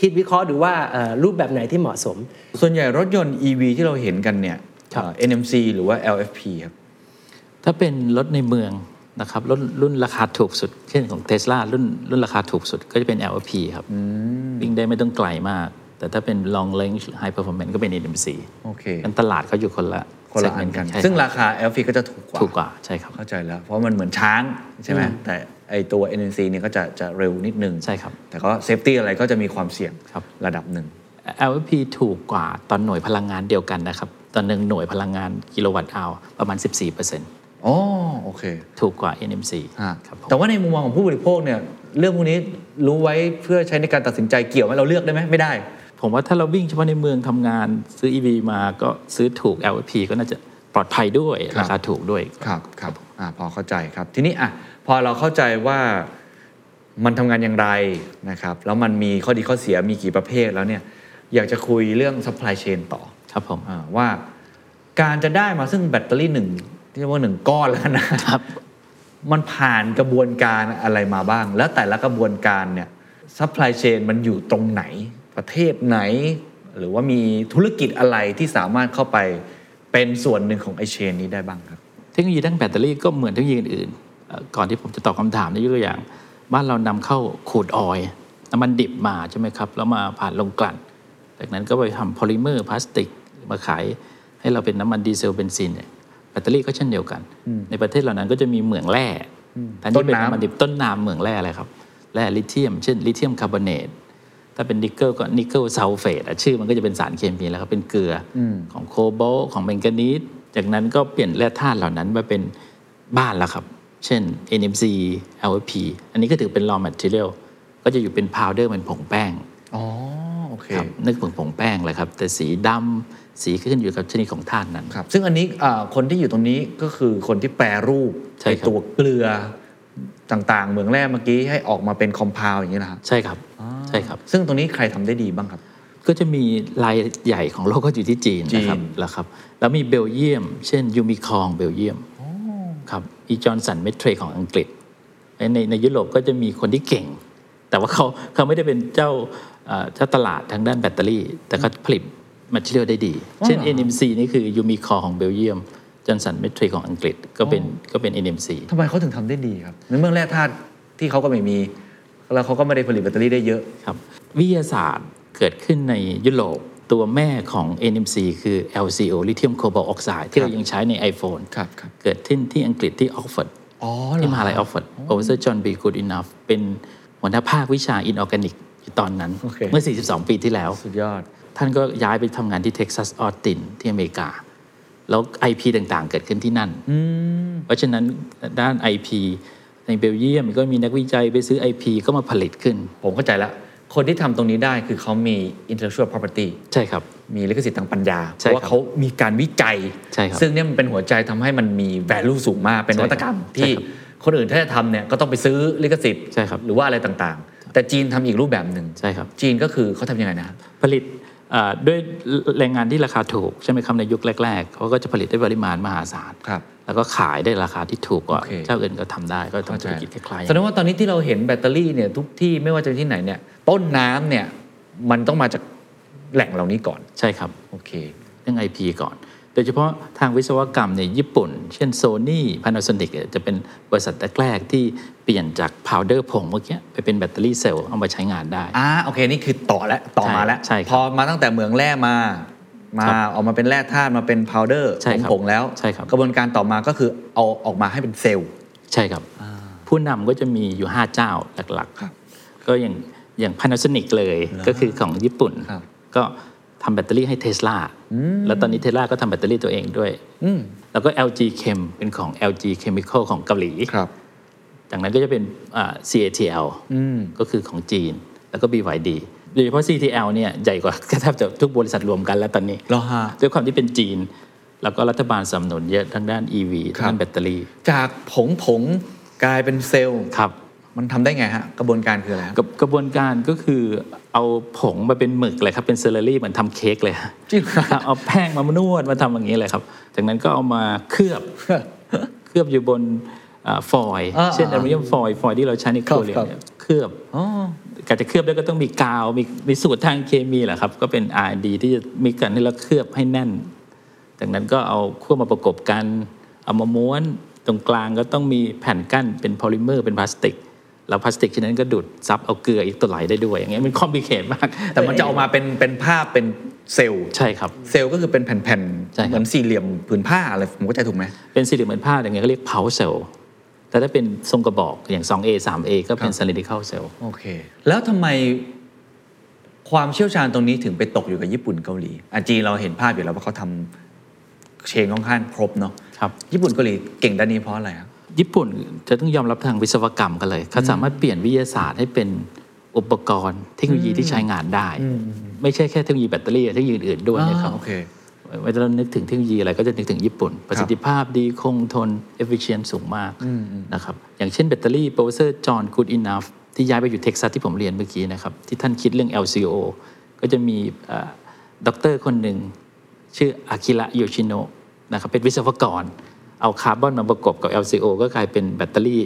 คิดวิเคราะห์ดูว่าเอ่อรูปแบบไหนที่เหมาะสม
ส่วนใหญ่รถยนต์ EV ที่เราเห็นกันเนี่ย
ครับ
เอ่อ NMC หรือว่า LFP ครับ
ถ้าเป็นรถในเมืองนะครับรถรุ่นราคาถูกสุด เช่นของเทสลารุ่นรุ่นราคาถูกสุดก็จะเป็น LP ครับวิ่งได้ไม่ต้องไกลมาก แต่ถ้าเป็น long range high performance ก็เป็น NMC
โอเค
มันตลาดเขาอยู่คนละ
คนละอันกัน
segment ใช่
ซึ่ง
คบ
ราคา LFP ก็จะถูกกว่า
ถูกกว่าใช่ครับ
เข้าใจแล้ว เพราะมันเหมือนช้างใช่ไหมแต่ไอตัว NMC เนี่ยก็จะจะเร็วนิดนึง
ใช่ครับ
แต่ก็เซฟตี้อะไรก็จะมีความเสี่ยง
ครับ
ระดับหนึ่ง
LP ถูกกว่าตอนหน่วยพลังงานเดียวกันนะครับ ตอนหนึ่งหน่วยพลังงานกิโลวัตต์อาวประมาณ 14%
อ๋อโอเค
ถูกกว่า NMC
ฮะ
ครับผม
แต่ว่าในมุมมองของผู้บริโภคเนี่ยเรื่องพวกนี้รู้ไว้เพื่อใช้ในการตัดสินใจเกี่ยวไหมเราเลือกได้ไหมไม่ได้
ผมว่าถ้าเราวิ่งเฉพาะในเมืองทำงานซื้อ EV มาก็ซื้อถูก LFP ก็น่าจะปลอดภัยด้วย
ครับ
ราคาถูกด้วย
ครับครับอ่าพอเข้าใจครับ ทีนี้อ่ะพอเราเข้าใจว่ามันทำงานอย่างไรนะครับ แล้วมันมีข้อดีข้อเสียมีกี่ประเภทแล้วเนี่ยอยากจะคุยเรื่อง supply chain ต่อ
ครับผม
อาว่าการจะได้มาซึ่งแบตเตอรี่หนึ่งที่เรียกว่าหนึ่งก้อนแล้วกันนะครับ มันผ่านกระบวนการอะไรมาบ้าง แล้วแต่ละกระบวนการเนี่ย supply chain มันอยู่ตรงไหนประเทศไหน หรือว่ามีธุรกิจอะไรที่สามารถเข้าไปเป็นส่วนหนึ่งของไอเชนนี้ได้บ้างครับ
เทคโนโลยีด้านแบตเตอรี่ก็เหมือนเทคโนโลยีอื่นๆเอ่อก่อนที่ผมจะตอบคำถามในยกตัวอย่าง บ้านเรานำเข้าขูดออยล์น้ำมันดิบมาใช่ไหมครับ แล้วมาผ่านโรงกลั่น จากนั้นก็ไปทำโพลิเมอร์พลาสติก มาขายให้เราเป็นน้ำมันดีเซลเบนซินเนี่ยแบตเตอรี่ก็เช่นเดียวกัน ในประเทศเหล่านั้นก็จะมีเหมืองแร่แทนที่เป็น
ต้นน้ำ
น้ำมันดิบต้นน้ำเหมืองแร่อะไรครับแร่ลิเทียม เช่นลิเทียมคาร์บอเนต ถ้าเป็นนิกเกิลก็นิกเกิลซัลเฟตชื่อมันก็จะเป็นสารเคมีแล้วครับ เป็นเกลืออของโคโบลต์ของแมงกานีสจากนั้นก็เปลี่ยนแร่ธาตุเหล่านั้นมาเป็นบ้านแล้วครับ เช่น NMC LFP อันนี้ก็ถือเป็น raw material ก็จะอยู่เป็น powder เป็นผงแป้ง
อ๋อโอเค
ครับนึกถึงผงแป้งเลยครับ แต่สีดำสีก็ขึ้นอยู่กับชนิดของธาตุนั้น
ครับซึ่งอันนี้อ่าคนที่อยู่ตรงนี้ก็คือคนที่แปรรูป
ใช่
ไอ
ครับ
ตัวเกลือต่างๆเหมืองแร่เมื่อกี้ให้ออกมาเป็นคอมเพลวอย่างนี้นะครับ
ใช่ครับใช่ครับ
ซึ่งตรงนี้ใครทำได้ดีบ้างครับ
ก็จะมีรายใหญ่ของโลกก็อยู่ที่จีนนะครับ
จีน
แล้วครับแล้วมีเบลเยียม เช่นยูมิคองเบลเยียมครับอีจอห์นสันเมทรของอังกฤษ ในในยุโรปก็จะมีคนที่เก่ง แต่ว่าเขาเขาไม่ได้เป็นเจ้าเอ่อเจ้าตลาดทางด้านแบตเตอรี่ แต่เขาผลิตมัชเลียวได้ดี เช่น NMC นี่คือยูมิคองของเบลเยียมจอห์นสันเมทรของอังกฤษก็เป็นก็เป็น NMC
ทำไมเขาถึงทำได้ดีครับในเมืองแร่ธาตุที่เขาก็ไม่มี แล้วเขาก็ไม่ได้ผลิตแบตเตอรี่ได้เยอะ
ครับวิทยาศาสตร์เกิดขึ้นในยุโรปตัวแม่ของ NMC คือ LCO ลิเทียมโคบอลออกไซด์ที่เรายังใช้ใน iPhone
ครับครับ
เกิดขึ้นที่อังกฤษที่ออกฟอร์ด
อ๋อเหร
ที่
อ
มหาลัยออกฟอร์ด Professor John B. Good Enough เป็นหัวหน้าภาควิชาอินออร์แกนิกตอนนั้น
โอเค
เมื่อ 42 ปีที่แล้ว
สุดยอด
ท่านก็ย้ายไปทำงานที่เท็กซัสออสตินที่อเมริกา แล้ว IP ต่างๆ เกิดขึ้นที่นั่น เพราะฉะนั้นด้าน IP ในเบลเยียมก็มีนักวิจัยไปซื้อ IP ก็มาผลิตขึ้น
ผมเข้าใจแล้ว คนที่ทำตรงนี้ได้คือเขามี intellectual property
ใช่ครับ
มีลิขสิทธิ์ทางปัญญา เพ
ใช่
ราะว่า
ครับ
เขามีการวิจัย
ใช่ครับ
ซึ่งเนี่ยมันเป็นหัวใจทำให้มันมี value สูงมาก เป็นนวัตกรรม
ใช่ครับ
ที่คนอื่นถ้าจะทำเนี่ยก็ต้องไปซื้อลิขสิทธิ์
ใช่ครับ
หรือว่าอะไรต่างๆ แต่จีนทำอีกรูปแบบหนึ่ง
ใช่ครับ
จีนก็คือเขาทำยังไงนะ
ผลิตเอ่อด้วยแรงงานที่ราคาถูก ใช่ไหมครับในยุคแรก ๆ เขาก็จะผลิตได้ปริมาณมหาศาล
ครับ
แล้วก็ขายได้ราคาที่ถูกกว่า
โอเค
เจ้าอื่นก็ทำได้ก็ทำธุรกิจคล้ายๆ
แสดงว่าตอนนี้ที่เราเห็นแบตเตอรี่เนี่ยทุกที่ไม่ว่าจะที่ไหนเนี่ยต้นน้ำเนี่ยมันต้องมาจากแหล่งเหล่านี้ก่อน
ใช่ครับ
โอเค
เรื่อง IP ก่อน โดยเฉพาะทางวิศวกรรมในยญี่ปุ่น เช่น Sony Panasonic เนี่ยจะเป็นบริษัทแรกๆที่เปลี่ยนจาก powder ผงเมื่อกี้ไปเป็นแบตเตอรี่เซลล์เอามาใช้งานได้
อ่าโอเค นี่คือต่อแล้วต่อมาแล้ว
ใช่ครับ
พอมาตั้งแต่เหมืองแร่มา มา
ครับ
ออกมาเป็นแร่ธาตุมาเป็นพาวเดอร์
ใช่ครับ
ผงๆแล้ว
ใช่ครับ
กระบวนการต่อมาก็คือเอาออกมาให้เป็นเซลล์
ใช่ครับ ผู้นำก็จะมีอยู่ 5 เจ้าหลัก
ครับ
ๆ ก็อย่างอย่าง Panasonic เลยก็คือของญี่ปุ่น
ครับ
ก็ทำแบตเตอรี่ให้เทสลาแล้วตอนนี้เทสลาก็ทำแบตเตอรี่ตัวเองด้วย
อืม
แล้วก็ LG Chem เป็นของ LG Chemical ของเกาหลี
ครับ
จากนั้นก็จะเป็นอ่า CATL
อืม
ก็คือของจีนแล้วก็ BYD โดยเฉพาะ CTL เนี่ยใหญ่กว่า แทบจะทุกบริษัทรวมกันแล้วตอนนี้
เหรอฮะ
ด้วยความที่เป็นจีน แล้วก็รัฐบาลสนับสนุนเยอะทั้งด้าน EV
ค
ทั้งด้า
รับ
นแบตเตอรี่
จากผงผงๆกลายเป็นเซลล์
ครับ
มันทำได้ไงฮะ กระบวนการคืออะไรฮะ
กับกระบวนการก็คือเอาผงมาเป็นหมึกเลยครับเป็นเซเลอรี่เหมือนทำเค้กเลยฮะ
จริงเหรอ
เอาแป้งมามานวดมาทำอย่างนี้เลยครับ จากนั้นก็เอามาเคลือบ เคลือบอยู่บนอ่าฟอยล์
อ่า
เช่นอลูมิเนียมฟอยล์ฟอยล์ที่เราใช้ในครัวเรือนเนี่ยเคลือบ
อ๋อ
การจะเคลือบได้ก็ต้องมีกาวมีมีสูตรทางเคมีแหละครับ ก็เป็น R&D ที่จะมีกันให้เราเคลือบให้แน่น จากนั้นก็เอาขั้วมาประกบกัน เอามาม้วนตรงกลางก็ต้องมีแผ่นกั้นเป็นพอลิเมอร์เป็นพลาสติก แล้วพลาสติกชิ้นนั้นก็ดูดซับเอาเกลืออีกตัวไหลได้ด้วย อย่างเงี้ยมันคอมพลีเคทมาก
แต่มันจะออกมาเป็นเป็นภาพเป็นเซลล์
ใช่ครับ
เซลล์ก็คือเป็นแผ่น
ใช่ครับ
ๆ เหมือนสี่เหลี่ยมผืนผ้าอะไรผมเข้าใจถูกไหม
เป็นสี่เหลี่ยมเหมือนผ้าอย่างเงี้ยเขาเรียก p o w cell แต่ถ้าเป็นทรงกระบอกอย่าง 2A 3A ก็เป็น
ครับ
cylindrical cell
โอเค แล้วทำไมความเชี่ยวชาญตรงนี้ถึงไปตกอยู่กับญี่ปุ่นเกาหลีอะจีนเราเห็นภาพอยู่แล้วว่าเขาทำเชนค่อนข้างครบเนาะ
ครับ
ญี่ปุ่นเกาหลีเก่งด้านนี้เพราะอะไรครับ
ญี่ปุ่นจะต้องยอมรับทางวิศวกรรมกันเลย เขาสามารถเปลี่ยนวิทยาศาสตร์ให้เป็นอุปกรณ์ เทคโนโลยีที่ใช้งานได้ ไม่ใช่แค่เทคโนโลยีแบตเตอรี่เทคโนโลยีอื่นๆด้วยนะครับ
โอเค
เวลาเรานึกถึงเทคโนโลยีอะไรก็จะนึกถึงญี่ปุ่น ประสิทธิภาพดีคงทน efficient สูงมากนะครับอย่างเช่นแบตเตอรี่โปรเซอร์จอห์นกูดอินนัฟที่ย้ายไปอยู่เท็กซัสที่ผมเรียนเมื่อกี้นะครับ ที่ท่านคิดเรื่อง LCO ก็จะมีด็อกเตอร์คนหนึ่ง ชื่ออากิระโยชิโนะนะครับเป็นวิศวกร เอาคาร์บอนมาประกบกับ LCO ก็กลายเป็นแบตเตอรี่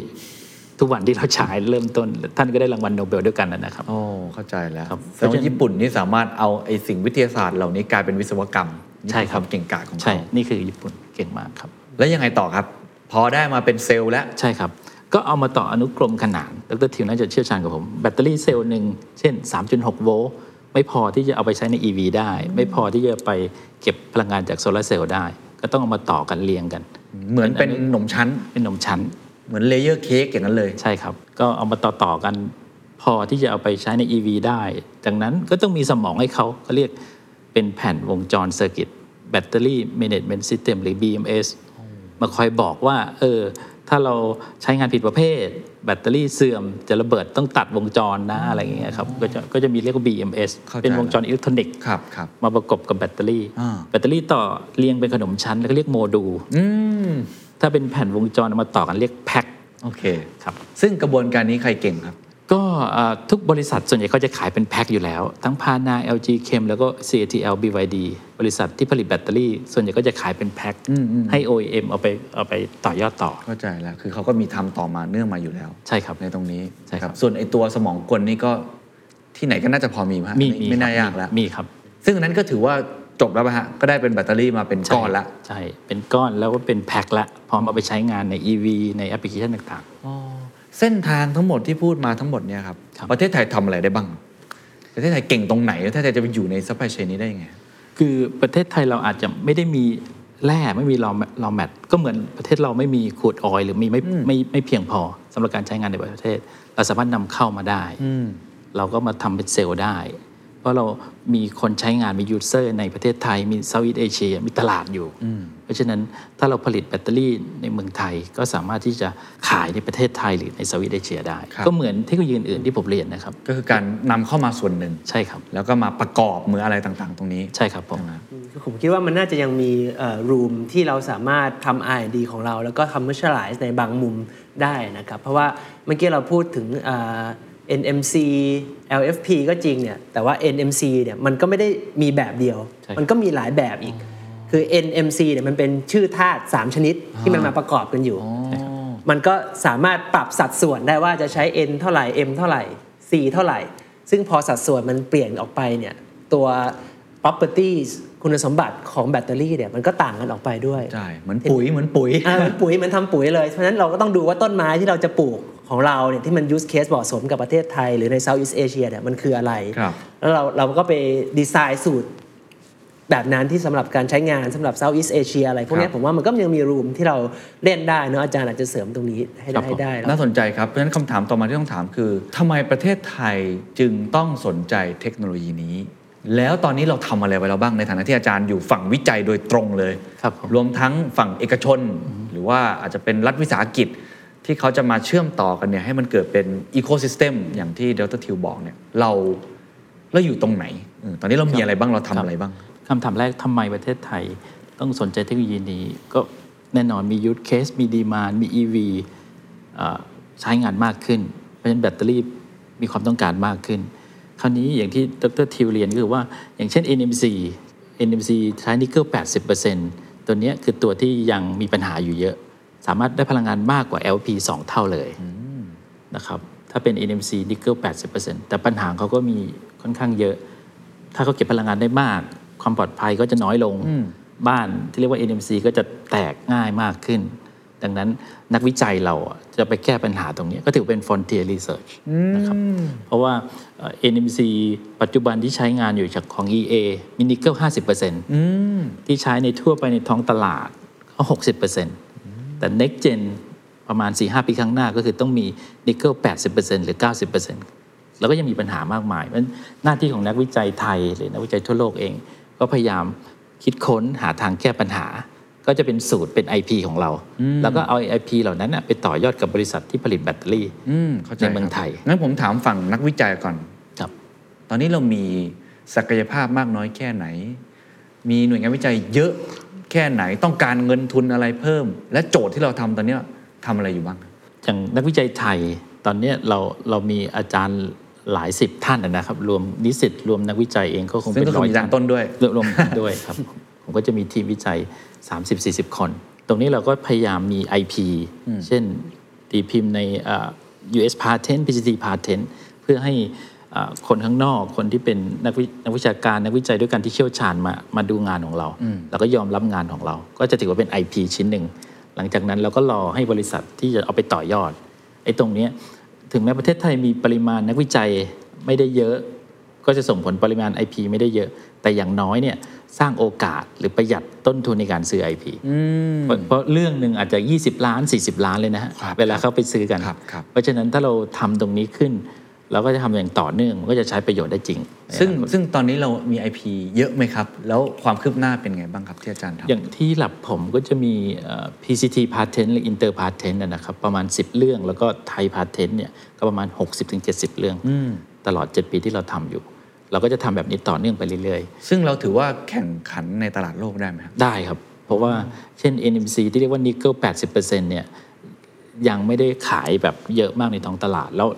ทุกวันที่เราใช้เริ่มต้น ท่านก็ได้รางวัลโนเบลด้วยกันนะครับ
โอ้ เข้าใจแล้ว
ครับ
แสดงว่าญี่ปุ่นนี่สามารถเอาไอ้สิ่งวิทยาศาสตร์เหล่านี้กลายเป็นวิศวกรรมนี่อ
ใช่ครับ
วามเก่งกาจของ
ใช่
เขา
นี่คือญี่ปุ่นเก่งมากครับ
แล้วยังไงต่อครับ พอได้มาเป็นเซลล์แล้ว
ใช่ครับ ก็เอามาต่ออนุกรมขนานดรทิวน่าจะเชี่ยวชาญกับผม แบตเตอรี่เซลล์หนึ่งเช่น 3.6 โวลต์ไม่พอที่จะเอาไปใช้ใน EV ได้ ไม่พอที่จะไปเก็บพลังงานจากโซลาร์เซลล์ได้ ก็ต้องเอามาต่อกันเรียงกัน
เหมือนเป็นหนมชั้น
เป็นนมชั้น
เหมือนเลเยอร์เค้กอย่างนั้นเลย
ใช่ครับ ก็เอามาต่อต่อกันพอที่จะเอาไปใช้ใน EV ได้ จากนั้นก็ต้องมีสมองให้เขาเขาเรียกเป็นแผ่นวงจรเซอร์กิตแบตเตอรี่ Management System หรือ BMS มาคอยบอกว่า เออ ถ้าเราใช้งานผิดประเภท แบตเตอรี่เสื่อมจะระเบิดต้องตัดวงจรนะอะไรอย่างเงี้ยครับ ก็จะก็จะมีเรียกว่า BMS
เข้าใจ
เป็นวงจรอิเล็กทรอนิกส์
ครับครับ
มาประกบกับแบตเตอรี่
อ่า
แบตเตอรี่ต่อเรียงเป็นขนมชั้น แล้วก็เรียกโมดูล
อืม
ถ้าเป็นแผ่นวงจรเอามาต่อกันเรียกแพ็ค
โอเค
ครับ
ซึ่งกระบวนการนี้ใครเก่งครับ
ก็เอ่อทุกบริษัทส่วนใหญ่เขาจะขายเป็นแพ็คอยู่แล้ว ทั้งพานา LG Chem แล้วก็ CATL BYD บริษัทที่ผลิตแบตเตอรี่ ส่วนใหญ่ก็จะขายเป็นแพ็คให้ OEM เอาไปเอาไปต่อยอดต่อ
เข้าใจแล้ว คือเขาก็มีทำต่อมาเนื่องมาอยู่แล้ว
ใช่ครับ
ในตรงนี้
ใช่ครับ
ส่วนไอตัวสมองกลนี่ก็ที่ไหนก็น่าจะพอมีมั้ยฮะ
มี
อันนี้
ครับ
ไม่น่ายากแล้ว
มีครับ
ซึ่งอันนั้นก็ถือว่าจบแล้วป่ะฮะ ก็ได้เป็นแบตเตอรี่มาเป็น
ใช่
ก้อนละ
ใช่ เป็นก้อนแล้วก็เป็นแพ็คละพร้อมเอาไปใช้งานใน EV ในแอปพลิเคชันต่าง
เส้นทางทั้งหมดที่พูดมาทั้งหมดเนี่ยครับ
ครับ
ประเทศไทยทำอะไรได้บ้าง ประเทศไทยเก่งตรงไหนประเทศไทยจะไปอยู่ในซัพพลายเชนนี้ได้ยังไง
ๆ คือประเทศไทยเราอาจจะไม่ได้มีแร่ไม่มีลอลอแมทก็เหมือนประเทศเราไม่มีขวดออยล์หรือมีไม่ไม่ไม่เพียงพอสำหรับการใช้งานในประเทศ เราสามารถนำเข้ามาได้ เราก็มาทำเป็นเซลล์ได้ เพราะเรามีคนใช้งานมียูเซอร์ในประเทศไทย มีเซาท์อีสเอเชียมีตลาดอยู่ เพราะฉะนั้นถ้าเราผลิตแบตเตอรี่ในเมืองไทยก็สามารถที่จะขายในประเทศไทยหรือในเซาท์อีสเอเชียได้
ครับ
ก็เหมือนเทคโนโลยีอื่นๆที่ผมเรียนนะครับ
ก็คือการนำเข้ามาส่วนหนึ่ง
ใช่ครับ
แล้วก็มาประกอบเหมือนอะไรต่างๆ ตรงนี้
ใช่ครับผม
คือผมคิดว่ามันน่าจะยังมีรูมที่เราสามารถทำ R&D ของเรา แล้วก็ commercialize ในบางมุมได้นะครับ เพราะว่าเมื่อกี้เราพูดถึงเอ่อ NMC LFP ก็จริงเนี่ยแต่ว่า NMC เนี่ยมันก็ไม่ได้มีแบบเดียว มันก็มีหลายแบบอีก คือ NMC เนี่ยมันเป็นชื่อธาตุ3 ชนิดที่มันมาประกอบกันอยู่ มันก็สามารถปรับสัดส่วนได้ว่าจะใช้ N เท่าไหร่ M เท่าไหร่ C เท่าไหร่ ซึ่งพอสัดส่วนมันเปลี่ยนออกไปเนี่ยตัว properties คุณสมบัติของแบตเตอรี่เนี่ยมันก็ต่างกันออกไปด้วย
ใช่เหมือนปุ๋ยเหมือนปุ๋ย
อ่าเหมือนปุ๋ยเหมือนทำปุ๋ยเลย เพราะฉะนั้นเราก็ต้องดูว่าต้นไม้ที่เราจะปลูกของเราเนี่ยที่มัน use case เหมาะสมกับประเทศไทย หรือใน Southeast Asia เนี่ยมันคืออะไร
ครับ
แล้วเราเราก็ไปดีไซน์สูตร แบบนั้นที่สำหรับการใช้งานสำหรับ Southeast Asia อะไร พวกเนี้
ครับ
ยผมว่ามันก็ยังมีรูมที่เราเล่นได้เนอะอาจารย์อาจจะเสริมตรงนี้ให้ได้ให้ได้แล้ว
น่าสนใจครับ เพราะฉะนั้นคำถามต่อมาที่ต้องถามคือทำไมประเทศไทยจึงต้องสนใจเทคโนโลยีนี้ แล้วตอนนี้เราทำอะไรไว้แล้วบ้างในฐานะที่อาจารย์อยู่ฝั่งวิจัยโดยตรงเลย
ครับผม
รวมทั้งฝั่งเอกชน หรือว่าอาจจะเป็นรัฐวิสาหกิจ ที่เขาจะมาเชื่อมต่อกันเนี่ยให้มันเกิดเป็นอีโคซิสเต็มอย่างที่เดลต้าทิวบอกเนี่ยเราเราอยู่ตรงไหนเออตอนนี้เรามีอะไรบ้างเราทำอะไรบ้าง
คำถามแรกทำไมประเทศไทยต้องสนใจเทคโนโลยีนี้ ก็แน่นอนมียู c เคสมีดีมานมี EV เอ่อใช้งานมากขึ้น เพราะฉะนั้นแบตเตอรี่มีความต้องการมากขึ้น คราวนี้อย่างที่ดรทิวเรียนก็คือว่าอย่างเช่น NMC NMC ใช้นิกเกิล80%ตัวเนี้ยคือตัวที่ยังมีปัญหาอยู่เยอะ สามารถได้พลังงานมากกว่า LP 2 เท่าเลย นะครับถ้าเป็น NMC นิกเกิล80%แต่ปัญหาเขาก็มีค่อนข้างเยอะ ถ้าเขาเก็บพลังงานได้มาก ความปลอดภัยก็จะน้อยลง บ้านที่เรียกว่า NMC ก็จะแตกง่ายมากขึ้น ดังนั้นนักวิจัยเราอ่ะจะไปแก้ปัญหาตรงเนี้ยก็ถือเป็น frontier research นะครับเพราะว่าเอ่อ NMC ปัจจุบันที่ใช้งานอยู่จากของ EA มินิเกิล50%ที่ใช้ในทั่วไปในท้องตลาดก็60%แต่ next gen ประมาณ 4-5 ปีข้างหน้าก็คือต้องมีนิกเกิล80%หรือ 90%แล้วก็ยังมีปัญหามากมายเพราะฉะนั้นหน้าที่ของนักวิจัยไทย หรือนักวิจัยทั่วโลกเอง ก็พยายามคิดค้นหาทางแก้ปัญหา ก็จะเป็นสูตรเป็น IP ของเรา แล้วก็เอา IP เหล่านั้นน่ะไปต่อยอดกับบริษัทที่ผลิตแบตเตอรี่
อืมเข้าใจ
ในเมือง
ครับ
ไทย
งั้นผมถามฝั่งนักวิจัยก่อน
ครับ
ตอนนี้เรามีศักยภาพมากน้อยแค่ไหน มีหน่วยงานวิจัยเยอะแค่ไหน ต้องการเงินทุนอะไรเพิ่ม และโจทย์ที่เราทำตอนเนี้ยทำอะไรอยู่บ้าง
อย่างนักวิจัยไทยตอนเนี้ยเราเรามีอาจารย์หลายสิบท่านนะนะครับ รวมนิสิตรวมนักวิจัยเองก็คง
ซึ่ง
เป็น
ก็คือ
ร้อย
มีอาจารย์ต้นด้วย
รวมรวมผมด้วยครับ ผมก็จะมีทีมวิจัย 30-40 คน ตรงนี้เราก็พยายามมี IP เช่นตีพิมพ์ในเอ่อ US Patent PCT Patent เพื่อให้เอ่อคนข้างนอกคนที่เป็นนักวินักวิชาการนักวิจัยด้วยกันที่เชี่ยวชาญมามาดูงานของเรา แล้วก็ยอมรับงานของเรา ก็จะถือว่าเป็น IP ชิ้นหนึ่ง หลังจากนั้นเราก็รอให้บริษัทที่จะเอาไปต่อยอดไอ้ตรงเนี้ยถึงแม้ประเทศไทยมีปริมาณนักวิจัยไม่ได้เยอะ ก็จะส่งผลปริมาณ IP ไม่ได้เยอะ แต่อย่างน้อยเนี่ยสร้างโอกาสหรือประหยัดต้นทุนในการซื้อ IP เพราะเพราะเรื่องหนึ่งอาจจะ 20 ล้าน 40 ล้านเลยนะฮะ
ครับ
เวลาเข้าไปซื้อกัน
ครับครับ
เพราะฉะนั้นถ้าเราทำตรงนี้ขึ้น เราก็จะทำอย่างต่อเนื่องมันก็จะใช้ประโยชน์ได้จริงใน
ซึ่ง
อนาคต
ซึ่งตอนนี้เรามี IP เยอะไหมครับ แล้วความคืบหน้าเป็นไงบ้างครับที่อาจารย์ทำ
อย่างที่หลับผมก็จะมีเอ่อ PCT patent หรือ Inter patent นะนะครับ ประมาณ 10 เรื่อง แล้วก็ไทย patent เนี่ยก็ประมาณ 60-70 เรื่อง ตลอด 7 ปีที่เราทำอยู่ เราก็จะทำแบบนี้ต่อเนื่องไปเรื่อย
ซึ่งเราถือว่าแข่งขันในตลาดโลกได้ไหมครับ
ๆ ได้ครับ เพราะว่าเช่น NMC ที่เรียกว่า Nickel 80%เนี่ยยังไม่ได้ขายแบบเยอะมากในท้องตลาด แล้ว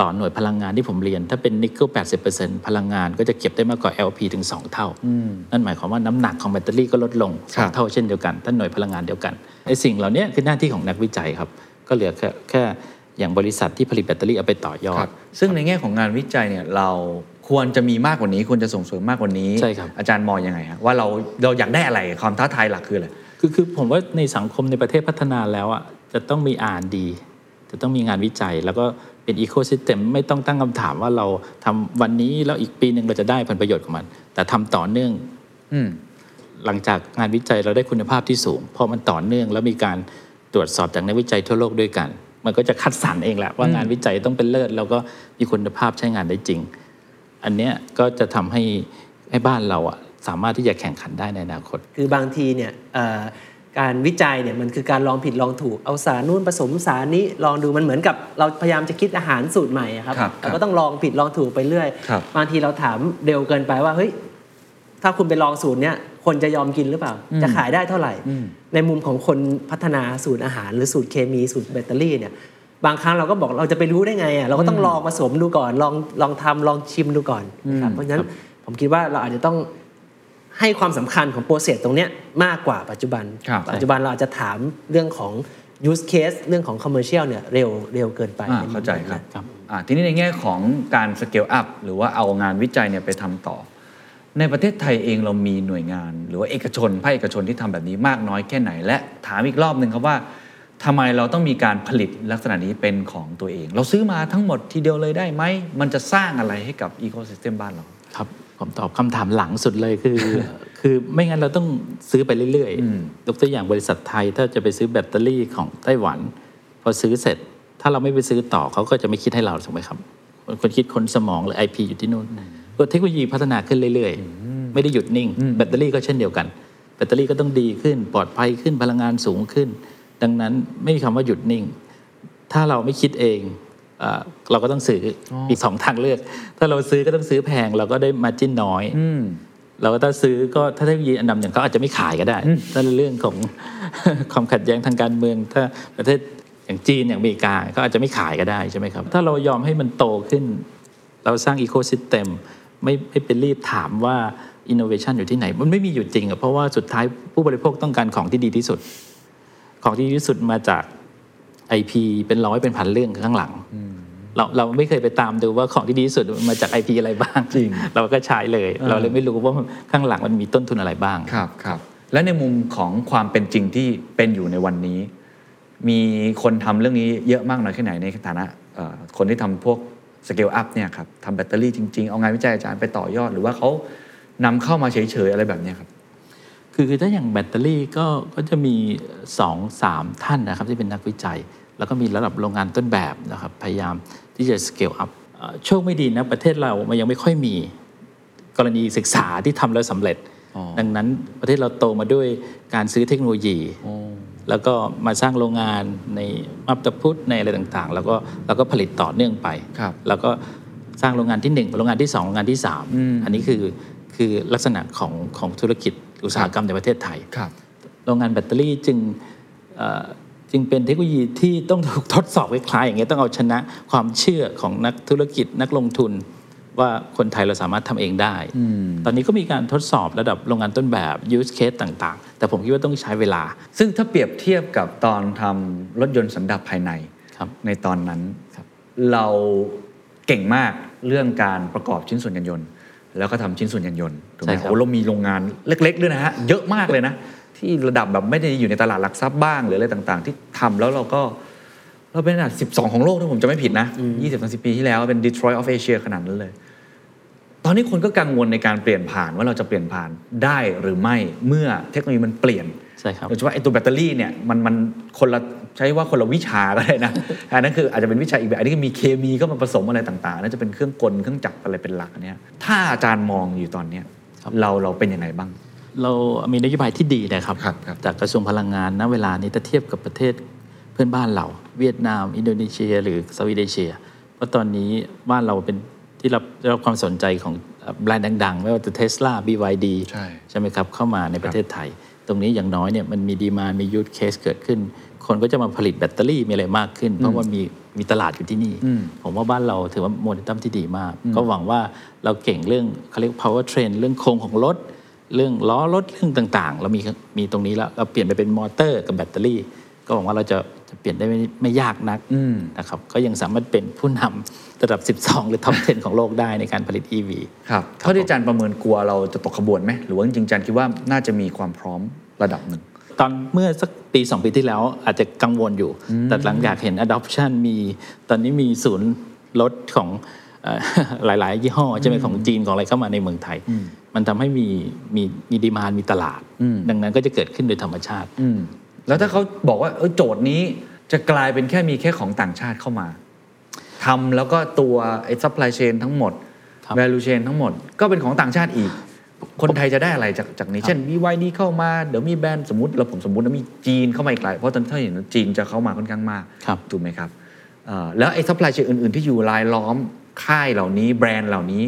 ต่อหน่วยพลังงานที่ผมเรียน ถ้าเป็น Nickel 80%พลังงานก็จะเก็บได้มากกว่า LP ถึง 2 เท่า นั่นหมายความว่าน้ำหนักของแบตเตอรี่ก็ลดลง
ครับ
เท่าเช่นเดียวกันท่านหน่วยพลังงานเดียวกันไอ้สิ่งเหล่านี้คือหน้าที่ของนักวิจัยครับ ก็เหลือแค่แค่อย่างบริษัทที่ผลิตแบตเตอรี่เอาไปต่อยอด
ซึ่งในแง่ของงานวิจัยเนี่ยเราควรจะมีมากกว่านี้ควรจะส่งเสริมมากกว่านี้
ใช่ครับ
อาจารย์มองยังไงฮะว่าเราเราอยากได้อะไรความท้าทายหลักคืออะไร
คือคือผมว่าในสังคมในประเทศพัฒนาแล้วอ่ะจะต้องมีอ่านดี จะต้องมีงานวิจัย แล้วก็เป็นอีโค y ิสเต็มไม่ต้องตั้งคำถามว่าเราทำวันนี้แล้วอีกปีหนึ่งเราจะได้ผลประโยชน์ของมัน แต่ทำต่อเนื่อง
อืม
หลังจากงานวิจัยเราได้คุณภาพที่สูง พอมันต่อเนื่องแล้วมีการตรวจสอบจากนักวิจัยทั่วโลกด้วยกัน มันก็จะคัดสรรเองแหละว่างานวิจัยต้องเป็นเลิศแล้วก็มีคุณภาพใช้งานได้จริง อันเนี้ยก็จะทำให้ให้บ้านเราอะสามารถที่จะแข่งขันได้ในอนาคต
คือบางทีเนี่ยเอ่อการวิจัยเนี่ยมันคือการลองผิดลองถูกเอาสารนู่นผสมสารนี้ลองดูมันเหมือนกับเราพยายามจะคิดอาหารสูตรใหม่อะครับ
ครับ
เราก็ต้องลองผิดลองถูกไปเรื่อย
ครับ
งทีเราถามเร็วเกินไปว่าเฮ้ยถ้าคุณไปลองสูตรเนี้ยคนจะยอมกินหรือเปล่า จะขายได้เท่าไหร่ ในมุมของคนพัฒนาสูตรอาหาร หรือสูตรเคมีสูตรแบตเตอรี่เนี่ยบางครั้งเราก็บอกเราจะไปรู้ได้ไงอะเราก็ต้องลองผสมดูก่อนลองลองทำลองชิมดูก่อนนะครับเพราะฉะนั้นผมคิดว่าเราอาจจะต้อง ให้ความสำคัญของโปรเซสตรงเนี้ยมากกว่าปัจจุบัน
ครับ
ปัจจุบันเราอาจจะถามเรื่องของ use case เรื่องของ commercial เนี่ยเร็วเร็วเกินไป
อ่าเข้าใจครับ
ครับ
อ่าทีนี้ในแง่ของการสเกลอัพหรือว่าเอางานวิจัยเนี่ยไปทำต่อ ในประเทศไทยเองเรามีหน่วยงาน หรือว่าเอกชนภาคเอกชนที่ทำแบบนี้มากน้อยแค่ไหน และถามอีกรอบหนึ่งครับว่าทำไมเราต้องมีการผลิตลักษณะนี้เป็นของตัวเอง เราซื้อมาทั้งหมดทีเดียวเลยได้ไหม มันจะสร้างอะไรให้กับอีโคซิสเต็มบ้านเรา
ครับผมตอบคำถามหลังสุดเลยคือ คือไม่งั้นเราต้องซื้อไปเรื่อย
อืม
ๆยกตัวอย่างบริษัทไทยถ้าจะไปซื้อแบตเตอรี่ของไต้หวัน พอซื้อเสร็จ ถ้าเราไม่ไปซื้อต่อเขาก็จะไม่คิดให้เราถูกไหมครับมันคนคิดคนสมองหรือ IP อยู่ที่นู่นก็เทคโนโลยีพัฒนาขึ้นเรื่อยๆ ไม่ได้หยุดนิ่ง แบตเตอรี่ก็เช่นเดียวกัน แบตเตอรี่ก็ต้องดีขึ้นปลอดภัยขึ้นพลังงานสูงขึ้น ดังนั้นไม่มีคำว่าหยุดนิ่ง ถ้าเราไม่คิดเองเออเราก็ต้องซื้ออมีสองทางเลือก ถ้าเราซื้อก็ต้องซื้อแพง เราก็ได้มาจิ้นน้อย
อืม
เราก็ถ้าซื้อก็ถ้าเทคโนโลยีอันดับหนึ่งเขาอาจจะไม่ขายก็ได้ถ้าเรื่องของ ความขัดแย้งทางการเมือง ถ้าประเทศอย่างจีนอย่างอเมริกาก็อาจจะไม่ขายก็ได้ใช่ไหมครับ ถ้าเรายอมให้มันโตขึ้น เราสร้างอีโคซิสเต็มไม่ไม่เป็นรีบถามว่าอินโนเวชันอยู่ที่ไหน มันไม่มีอยู่จริงอะเพราะว่าสุดท้ายผู้บริโภคต้องการของที่ดีที่สุด ของที่ดีที่สุดมาจาก IP เป็นร้อยเป็นพันเรื่องข้างหลัง เราเราไม่เคยไปตามดูว่าของที่ดีที่สุดมันมาจาก IP อะไรบ้าง
จริง
เราก็ใช้เลย เราเลยไม่รู้ว่าข้างหลังมันมีต้นทุนอะไรบ้าง
ครับครับและในมุมของความเป็นจริงที่เป็นอยู่ในวันนี้ มีคนทำเรื่องนี้เยอะมากน้อยแค่ไหนในฐานะเอ่อคนที่ทำพวกสเกลอัพเนี่ยครับทำแบตเตอรี่จริง ๆ เอางานวิจัยอาจารย์ไปต่อยอด หรือว่าเขานำเข้ามาเฉย ๆ อะไรแบบเนี้ยครับ
คือคือถ้าอย่างแบตเตอรี่ก็ก็จะมี 2 3 ท่านนะครับที่เป็นนักวิจัย แล้วก็มีระดับโรงงานต้นแบบนะครับ พยายามที่จะสเกลอัพโชคไม่ดีนะ ประเทศเรามันยังไม่ค่อยมีกรณีศึกษาที่ทำแล้วสำเร็จ
อ๋อ
ดังนั้นประเทศเราโตมาด้วยการซื้อเทคโนโลยี แล้วก็มาสร้างโรงงานในมับตะพุทธในอะไรต่างๆ แล้วก็แล้วก็ผลิตต่อเนื่องไป
ครับ
แล้วก็สร้างโรงงานที่ 1 โรงงานที่ 2 โรงงานที่
อืม
3 อันนี้คือคือลักษณะของของธุรกิจอุตสาหกรรมในประเทศไทย
ครับ
โรงงานแบตเตอรี่จึงเอ่อจึงเป็นเทคโนโลยีที่ต้องถูกทดสอบคล้ายๆอย่างเงี้ยต้องเอาชนะความเชื่อของนักธุรกิจนักลงทุน ว่าคนไทยเราสามารถทำเองได้ ตอนนี้ก็มีการทดสอบระดับโรงงานต้นแบบ use case ต่างๆ แต่ผมคิดว่าต้องใช้เวลา
ซึ่งถ้าเปรียบเทียบกับตอนทำรถยนต์สันดาปภายใน
ครับ
ในตอนนั้น
ครับ
เราเก่งมากเรื่องการประกอบชิ้นส่วนยานยนต์ แล้วก็ทำชิ้นส่วนยานยนต์ถูกไห
ใช่
ม
ครับ
โอ้เรามีโรงงานเล็กๆด้วยนะฮะเยอะมากเลยนะ ที่ระดับแบบไม่ได้อยู่ในตลาดหลักทรัพย์บ้างหรืออะไรต่างๆ ที่ทำแล้วเราก็ เราเป็นอันดับ12 ของโลกถ้าผมจะไม่ผิดนะ 20 30 ปีที่แล้วเป็น Detroit of Asia ขนาดนั้นเลย ตอนนี้คนก็กังวลในการเปลี่ยนผ่านว่าเราจะเปลี่ยนผ่านได้หรือไม่เมื่อเทคโนโลยีมันเปลี่ยน
ใช่ครับ
โดยเฉพาะไอ้ตัวแบตเตอรี่เนี่ยมันมันคนละใช้ว่าคนละวิชาก็ได้นะ อันนั้นคืออาจจะเป็นวิชาอีกแบบอันนี้ก็มีเคมีก็มาผสมอะไรต่างๆน่าจะเป็นเครื่องกลเครื่องจักรอะไรเป็นหลักเนี่ยถ้าอาจารย์มองอยู่ตอนเนี้ย
ครับ
เราเราเป็นยังไงบ้าง
เรามีนโยบายที่ดีนะครับ
ครับครับ
จากกระทรวงพลังงานณเวลานี้ถ้าเทียบกับประเทศเพื่อนบ้านเรา เวียดนาม อินโดนีเซีย หรือสวีเดนเชียเพราะตอนนี้บ้านเราเป็นที่รับได้รับความสนใจของแบรนด์ดัง ๆ ไม่ว่าจะเทสลา BYD
ใช่
ใช่ไหมครับ เข้ามาในประเทศไทย ตรงนี้อย่างน้อยเนี่ยมันมีดีมานมียูทเคสเกิดขึ้น คนก็จะมาผลิตแบตเตอรี่มีอะไรมากขึ้น เพราะว่ามีมีตลาดอยู่ที่นี่ ผมว่าบ้านเราถือว่าโมเดลตัมที่ดีมาก ก็หวังว่าเราเก่งเรื่องเขาเรียก power train เรื่องโครงของรถ เรื่องล้อรถเรื่องต่างๆ เรามีมีตรงนี้แล้ว เราเปลี่ยนไปเป็นมอเตอร์กับแบตเตอรี่ ก็หวังว่าเราจะจะเปลี่ยนได้ไม่ไม่ยากนักนะครับก็ยังสามารถเป็นผู้นำระดับ 12 หรือ top 10 ของโลกได้ในการผลิต EV
ครับเท่าที่อาจารย์ประเมินกลัวเราจะตกขบวนไหมหรือว่าจริงๆอาจารย์คิดว่าน่าจะมีความพร้อมระดับหนึ่ง
ตอนเมื่อสักปี 2 ปีที่แล้วอาจจะกังวลอยู่ แต่หลังจากเห็น adoption มีตอนนี้มีศูนย์รถของเอ่ อ หลาย ๆ ยี่ห้อใช่ไหมของจีนของอะไรเข้ามาในเมืองไทย มันทำให้มีมีมีดีมานมีตลาด ดังนั้นก็จะเกิดขึ้นโดยธรรมชาติ
อืมแล้วถ้าเขาบอกว่าเอ้ยโจทย์นี้จะกลายเป็นแค่มีแค่ของต่างชาติเข้ามาทำแล้วก็ตัวไอ้ซัพพลายเชนทั้งหมด
ครับ
value chain ทั้งหมด ก็เป็นของต่างชาติอีก คนไทยจะได้อะไรจากจากนี้ เช่น BYD เข้ามา เดี๋ยวมีแบรนด์สมมติเราผมสมมตินะมีจีนเข้ามาอีกหลายเพราะตอนนี้ถ้าเห็นจีนจะเข้ามาค่อนข้างมาก
ครับ
ถูกไหมครับเอ่อแล้วไอ้ซัพพลายเชนอื่น ๆ ที่อยู่รายล้อมค่ายเหล่านี้ แบรนด์เหล่านี้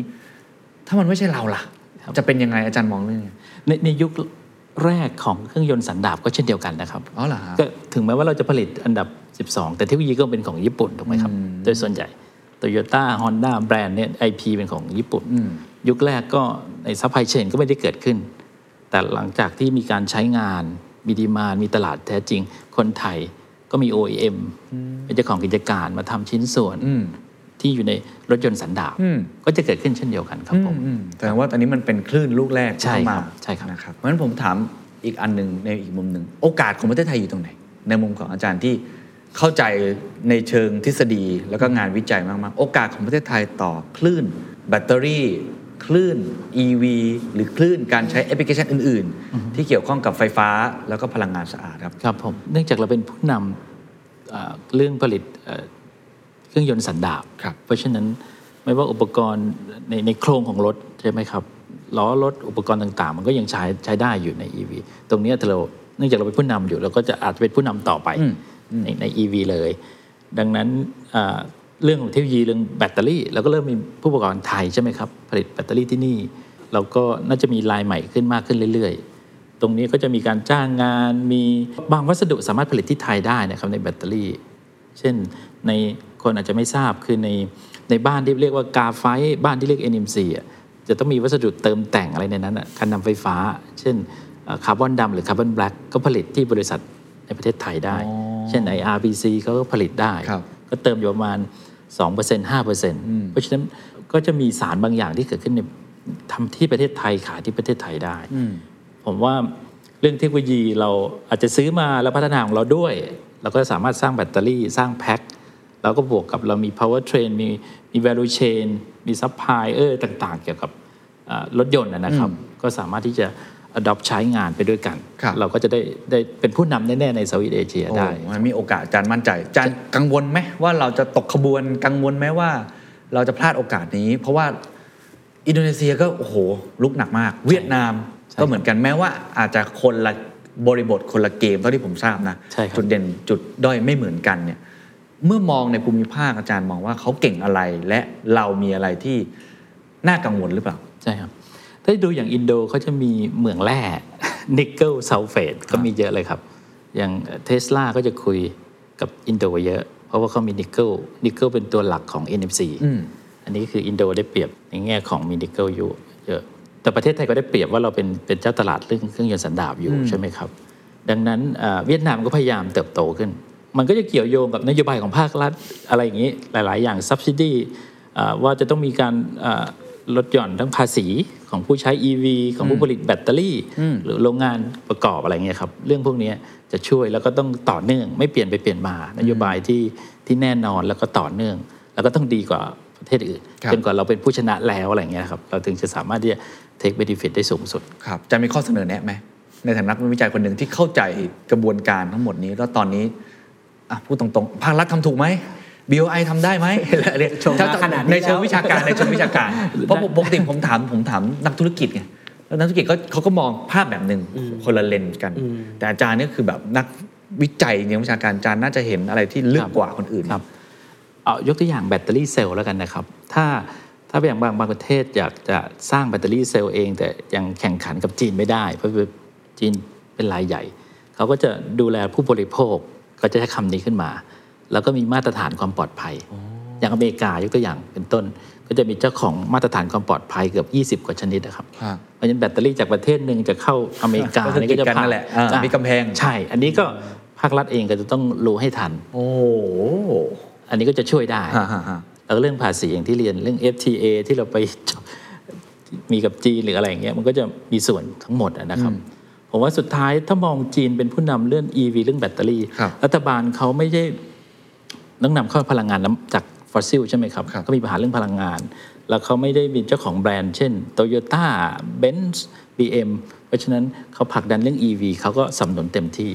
ถ้ามันไม่ใช่เราล่ะ จะเป็นยังไงอาจารย์มองเรื่องนี้
ในในยุคแรกของเครื่องยนต์สันดาปก็เช่นเดียวกันนะครับ
อ๋อเหรอฮะ
ก็ถึงแม้ว่าเราจะผลิตอันดับ 12 แต่เทคโนโลยีก็เป็นของญี่ปุ่นถูกไหมครับ โดยส่วนใหญ่โตโยต้าฮอนด้าแบรนด์เนี่ยไอพเป็นของญี่ปุ่น ยุคแรกก็ในซัพพลายเชนก็ไม่ได้เกิดขึ้น แต่หลังจากที่มีการใช้งาน มีดีมานมีตลาดแท้จริง คนไทยก็มี OEM เป็นเจ้าของกิจการมาทำชิ้นส่วน
อืม
ที่อยู่ในรถยนต์สันดาป
อืม
ก็จะเกิดขึ้นเช่นเดียวกันครับผม
อืมแต่ว่าตอนนี้มันเป็นคลื่นลูกแรกที่
ใช่ค
เข้ามา
รับใช่ครับ
นะครับเพราะฉะนั้นผมถามอีกอันหนึ่งในอีกมุมหนึ่งโอกาสของประเทศไทยอยู่ตรงไหน ในมุมของอาจารย์ที่เข้าใจในเชิงทฤษฎีแล้วก็งานวิจัยมากๆ โอกาสของประเทศไทยต่อคลื่นแบตเตอรี่ คลื่น EV หรือคลื่นการใช้แอปพลิเคชันอื่น ๆ ที่เกี่ยวข้องกับไฟฟ้าแล้วก็พลังงานสะอาดครับ
ครับผมเนื่องจากเราเป็นผู้นำเอ่อเรื่องผลิตเอ่อเครื่องยนต์สันดาป
ครับ
เพราะฉะนั้นไม่ว่าอุปกรณ์ในในโครงของรถใช่ไหมครับล้อรถอุปกรณ์ต่างๆ มันก็ยังใช้ใช้ได้อยู่ใน EV ตรงเนี้ยถ้าเราเนื่องจากเราเป็นผู้นำอยู่เราก็จะอาจจะเป็นผู้นำต่อไป
อืม
ในใน EV เลย ดังนั้นเอ่อเรื่องของเทคโนโลยีเรื่องแบตเตอรี่เราก็เริ่มมีผู้ประกอบการไทยใช่ไหมครับผลิตแบตเตอรี่ที่นี่เราก็น่าจะมีลายใหม่ขึ้นมากขึ้นเรื่อย ๆ ตรงนี้ก็จะมีการจ้างงานมีบางวัสดุสามารถผลิตที่ไทยได้นะครับในแบตเตอรี่ เช่นในคนอาจจะไม่ทราบคือในในบ้านที่เรียกว่ากาไฟบ้านที่เรียก NMC อ่ะจะต้องมีวัสดุเติมแต่งอะไรในนั้นอ่ะการนำไฟฟ้า เช่นคาร์บอนดำหรือคาร์บอนแบล็กก็ผลิตที่บริษัทในประเทศไทยได้
อ๋อ
เช่น IRPC เขาก็ผลิตได้
ครับ
ก็เติมอยู่ประมาณ 2% 5%เพราะฉะนั้นก็จะมีสารบางอย่างที่เกิดขึ้นในทำที่ประเทศไทยขายที่ประเทศไทยได้
อืม
ผมว่าเรื่องเทคโนโลยีเราอาจจะซื้อมาแล้วพัฒนาของเราด้วย เราก็สามารถสร้างแบตเตอรี่สร้างแพ็คแล้วก็บวกกับเรามี power train มีมี value chain มี supplier ต่างๆ เกี่ยวกับอ่ารถยนต์นะนะครับ ก็สามารถที่จะ adopt ใช้งานไปด้วยกัน
ครับ
เราก็จะได้ได้เป็นผู้นำแน่ ๆ ในเซาท์อีสเอเชียได้
โอ้มันมีโอกาสอาจารย์มั่นใจอาจารย์กังวลไหมว่าเราจะตกขบวนกังวลไหมว่า เราจะพลาดโอกาสนี้ เพราะว่าอินโดนีเซียก็โอ้โหลุกหนักมาก เวียดนาม
ใช่
ก็เหมือนกันแม้ว่าอาจจะคนละบริบทคนละเกมเท่าที่ผมทราบนะ
ใช่ครับ
จุดเด่นจุดด้อยไม่เหมือนกันเนี่ยเมื่อมองในภูมิภาคอาจารย์มองว่าเขาเก่งอะไรและเรามีอะไรที่น่ากังวลหรือเปล่า
ใช่ครับ ถ้าดูอย่างอินโดเขาจะมีเหมืองแร่ นิกเกิลซัลเฟตก็มีเยอะเลยครับ อย่างเทสลาก็จะคุยกับอินโดเยอะ เพราะว่าเขามีนิกเกิลนิกเกิลเป็นตัวหลักของ NFC
อืม
อันนี้คืออินโดได้เปรียบในแง่ของมีนิกเกิลอยู่เยอะ แต่ประเทศไทยก็ได้เปรียบว่าเราเป็นเป็นเจ้าตลาดเรื่องเครื่องยนต์สันดาปอยู่ใช่ไหมครับ ดังนั้นเอ่อเวียดนามก็พยายามเติบโตขึ้น มันก็จะเกี่ยวโยงกับนโยบายของภาครัฐอะไรอย่างนี้ หลาย ๆ อย่าง subsidy เอ่อว่าจะต้องมีการเอ่อลดหย่อนทั้งภาษีของผู้ใช้ EV ของผู้ผลิตแบตเตอรี่ หรือโรงงานประกอบอะไรเงี้ยครับ เรื่องพวกเนี้ยจะช่วยแล้วก็ต้องต่อเนื่องไม่เปลี่ยนไปเปลี่ยนมานโยบายที่ที่แน่นอนแล้วก็ต่อเนื่อง แล้วก็ต้องดีกว่าประเทศอื่น
ครับ
จนกว่าเราเป็นผู้ชนะแล้วอะไรเงี้ยครับเราถึงจะสามารถที่จะ take benefit ได้สูงสุด
ครับจะมีข้อเสนอแนะไหมในฐานะนักวิจัยคนหนึ่งที่เข้าใจกระบวนการทั้งหมดนี้ แล้วตอนนี้อ่ะพูดตรงๆ ภาครัฐทำถูกไหม BOI ทำได้ไหมอะไร
ชมมาขนาดนี้
ในเชิง
แล้ว
วิชาการในเชิงวิชาการ เพราะผมปกติผมถามผมถามนักธุรกิจไงแล้วนักธุรกิจก็เขาก็มองภาพแบบหนึ่งคนละเลนส์กัน แต่อาจารย์เนี่ยคือแบบนักวิจัยในวิชาการอาจารย์น่าจะเห็นอะไรที่ลึก
ครับ
กว่าคนอื่น
ครับเอายกตัวอย่างแบตเตอรี่เซลล์แล้วกันนะครับ ถ้าถ้าอย่างบางบางประเทศอยากจะสร้างแบตเตอรี่เซลล์เอง แต่ยังแข่งขันกับจีนไม่ได้ เพราะว่าจีนเป็นรายใหญ่ เขาก็จะดูแลผู้บริโภคก็จะใช้คำนี้ขึ้นมา แล้วก็มีมาตรฐานความปลอดภัย อย่างอเมริกายกตัวอย่างเป็นต้น ก็จะมีเจ้าของมาตรฐานความปลอดภัยเกือบ 20 กว่าชนิดนะครับ
ครับ
เพราะฉะนั้นแบตเตอรี่จากประเทศหนึ่งจะเข้าอเมริกา
ก็คือกีดกันนั่นแหละอ่า
อ่ะ
มีกำแพง
ใช่ อันนี้ก็ภาครัฐเองก็จะต้องรู้ให้ทัน
โอ้
อันนี้ก็จะช่วยได้
ฮ่าฮ่าฮ่า
แล้วก็เรื่องภาษีอย่างที่เรียนเรื่อง FTA ที่เราไป มีกับจีนหรืออะไรอย่างเงี้ยมันก็จะมีส่วนทั้งหมดอะนะครับ ผมว่าสุดท้ายถ้ามองจีนเป็นผู้นำเรื่อง EV เรื่องแบตเตอรี่
ครับ
รัฐบาลเขาไม่ใช่ต้องนำเข้าพลังงานน้ำจากฟอสซิลใช่ไหมครับ ก็มีปัญหาเรื่องพลังงาน แล้วเขาไม่ได้มีเจ้าของแบรนด์ เช่น Toyota Benz BM เพราะฉะนั้นเขาผลักดันเรื่อง EV เขาก็สนับสนุนเต็มที่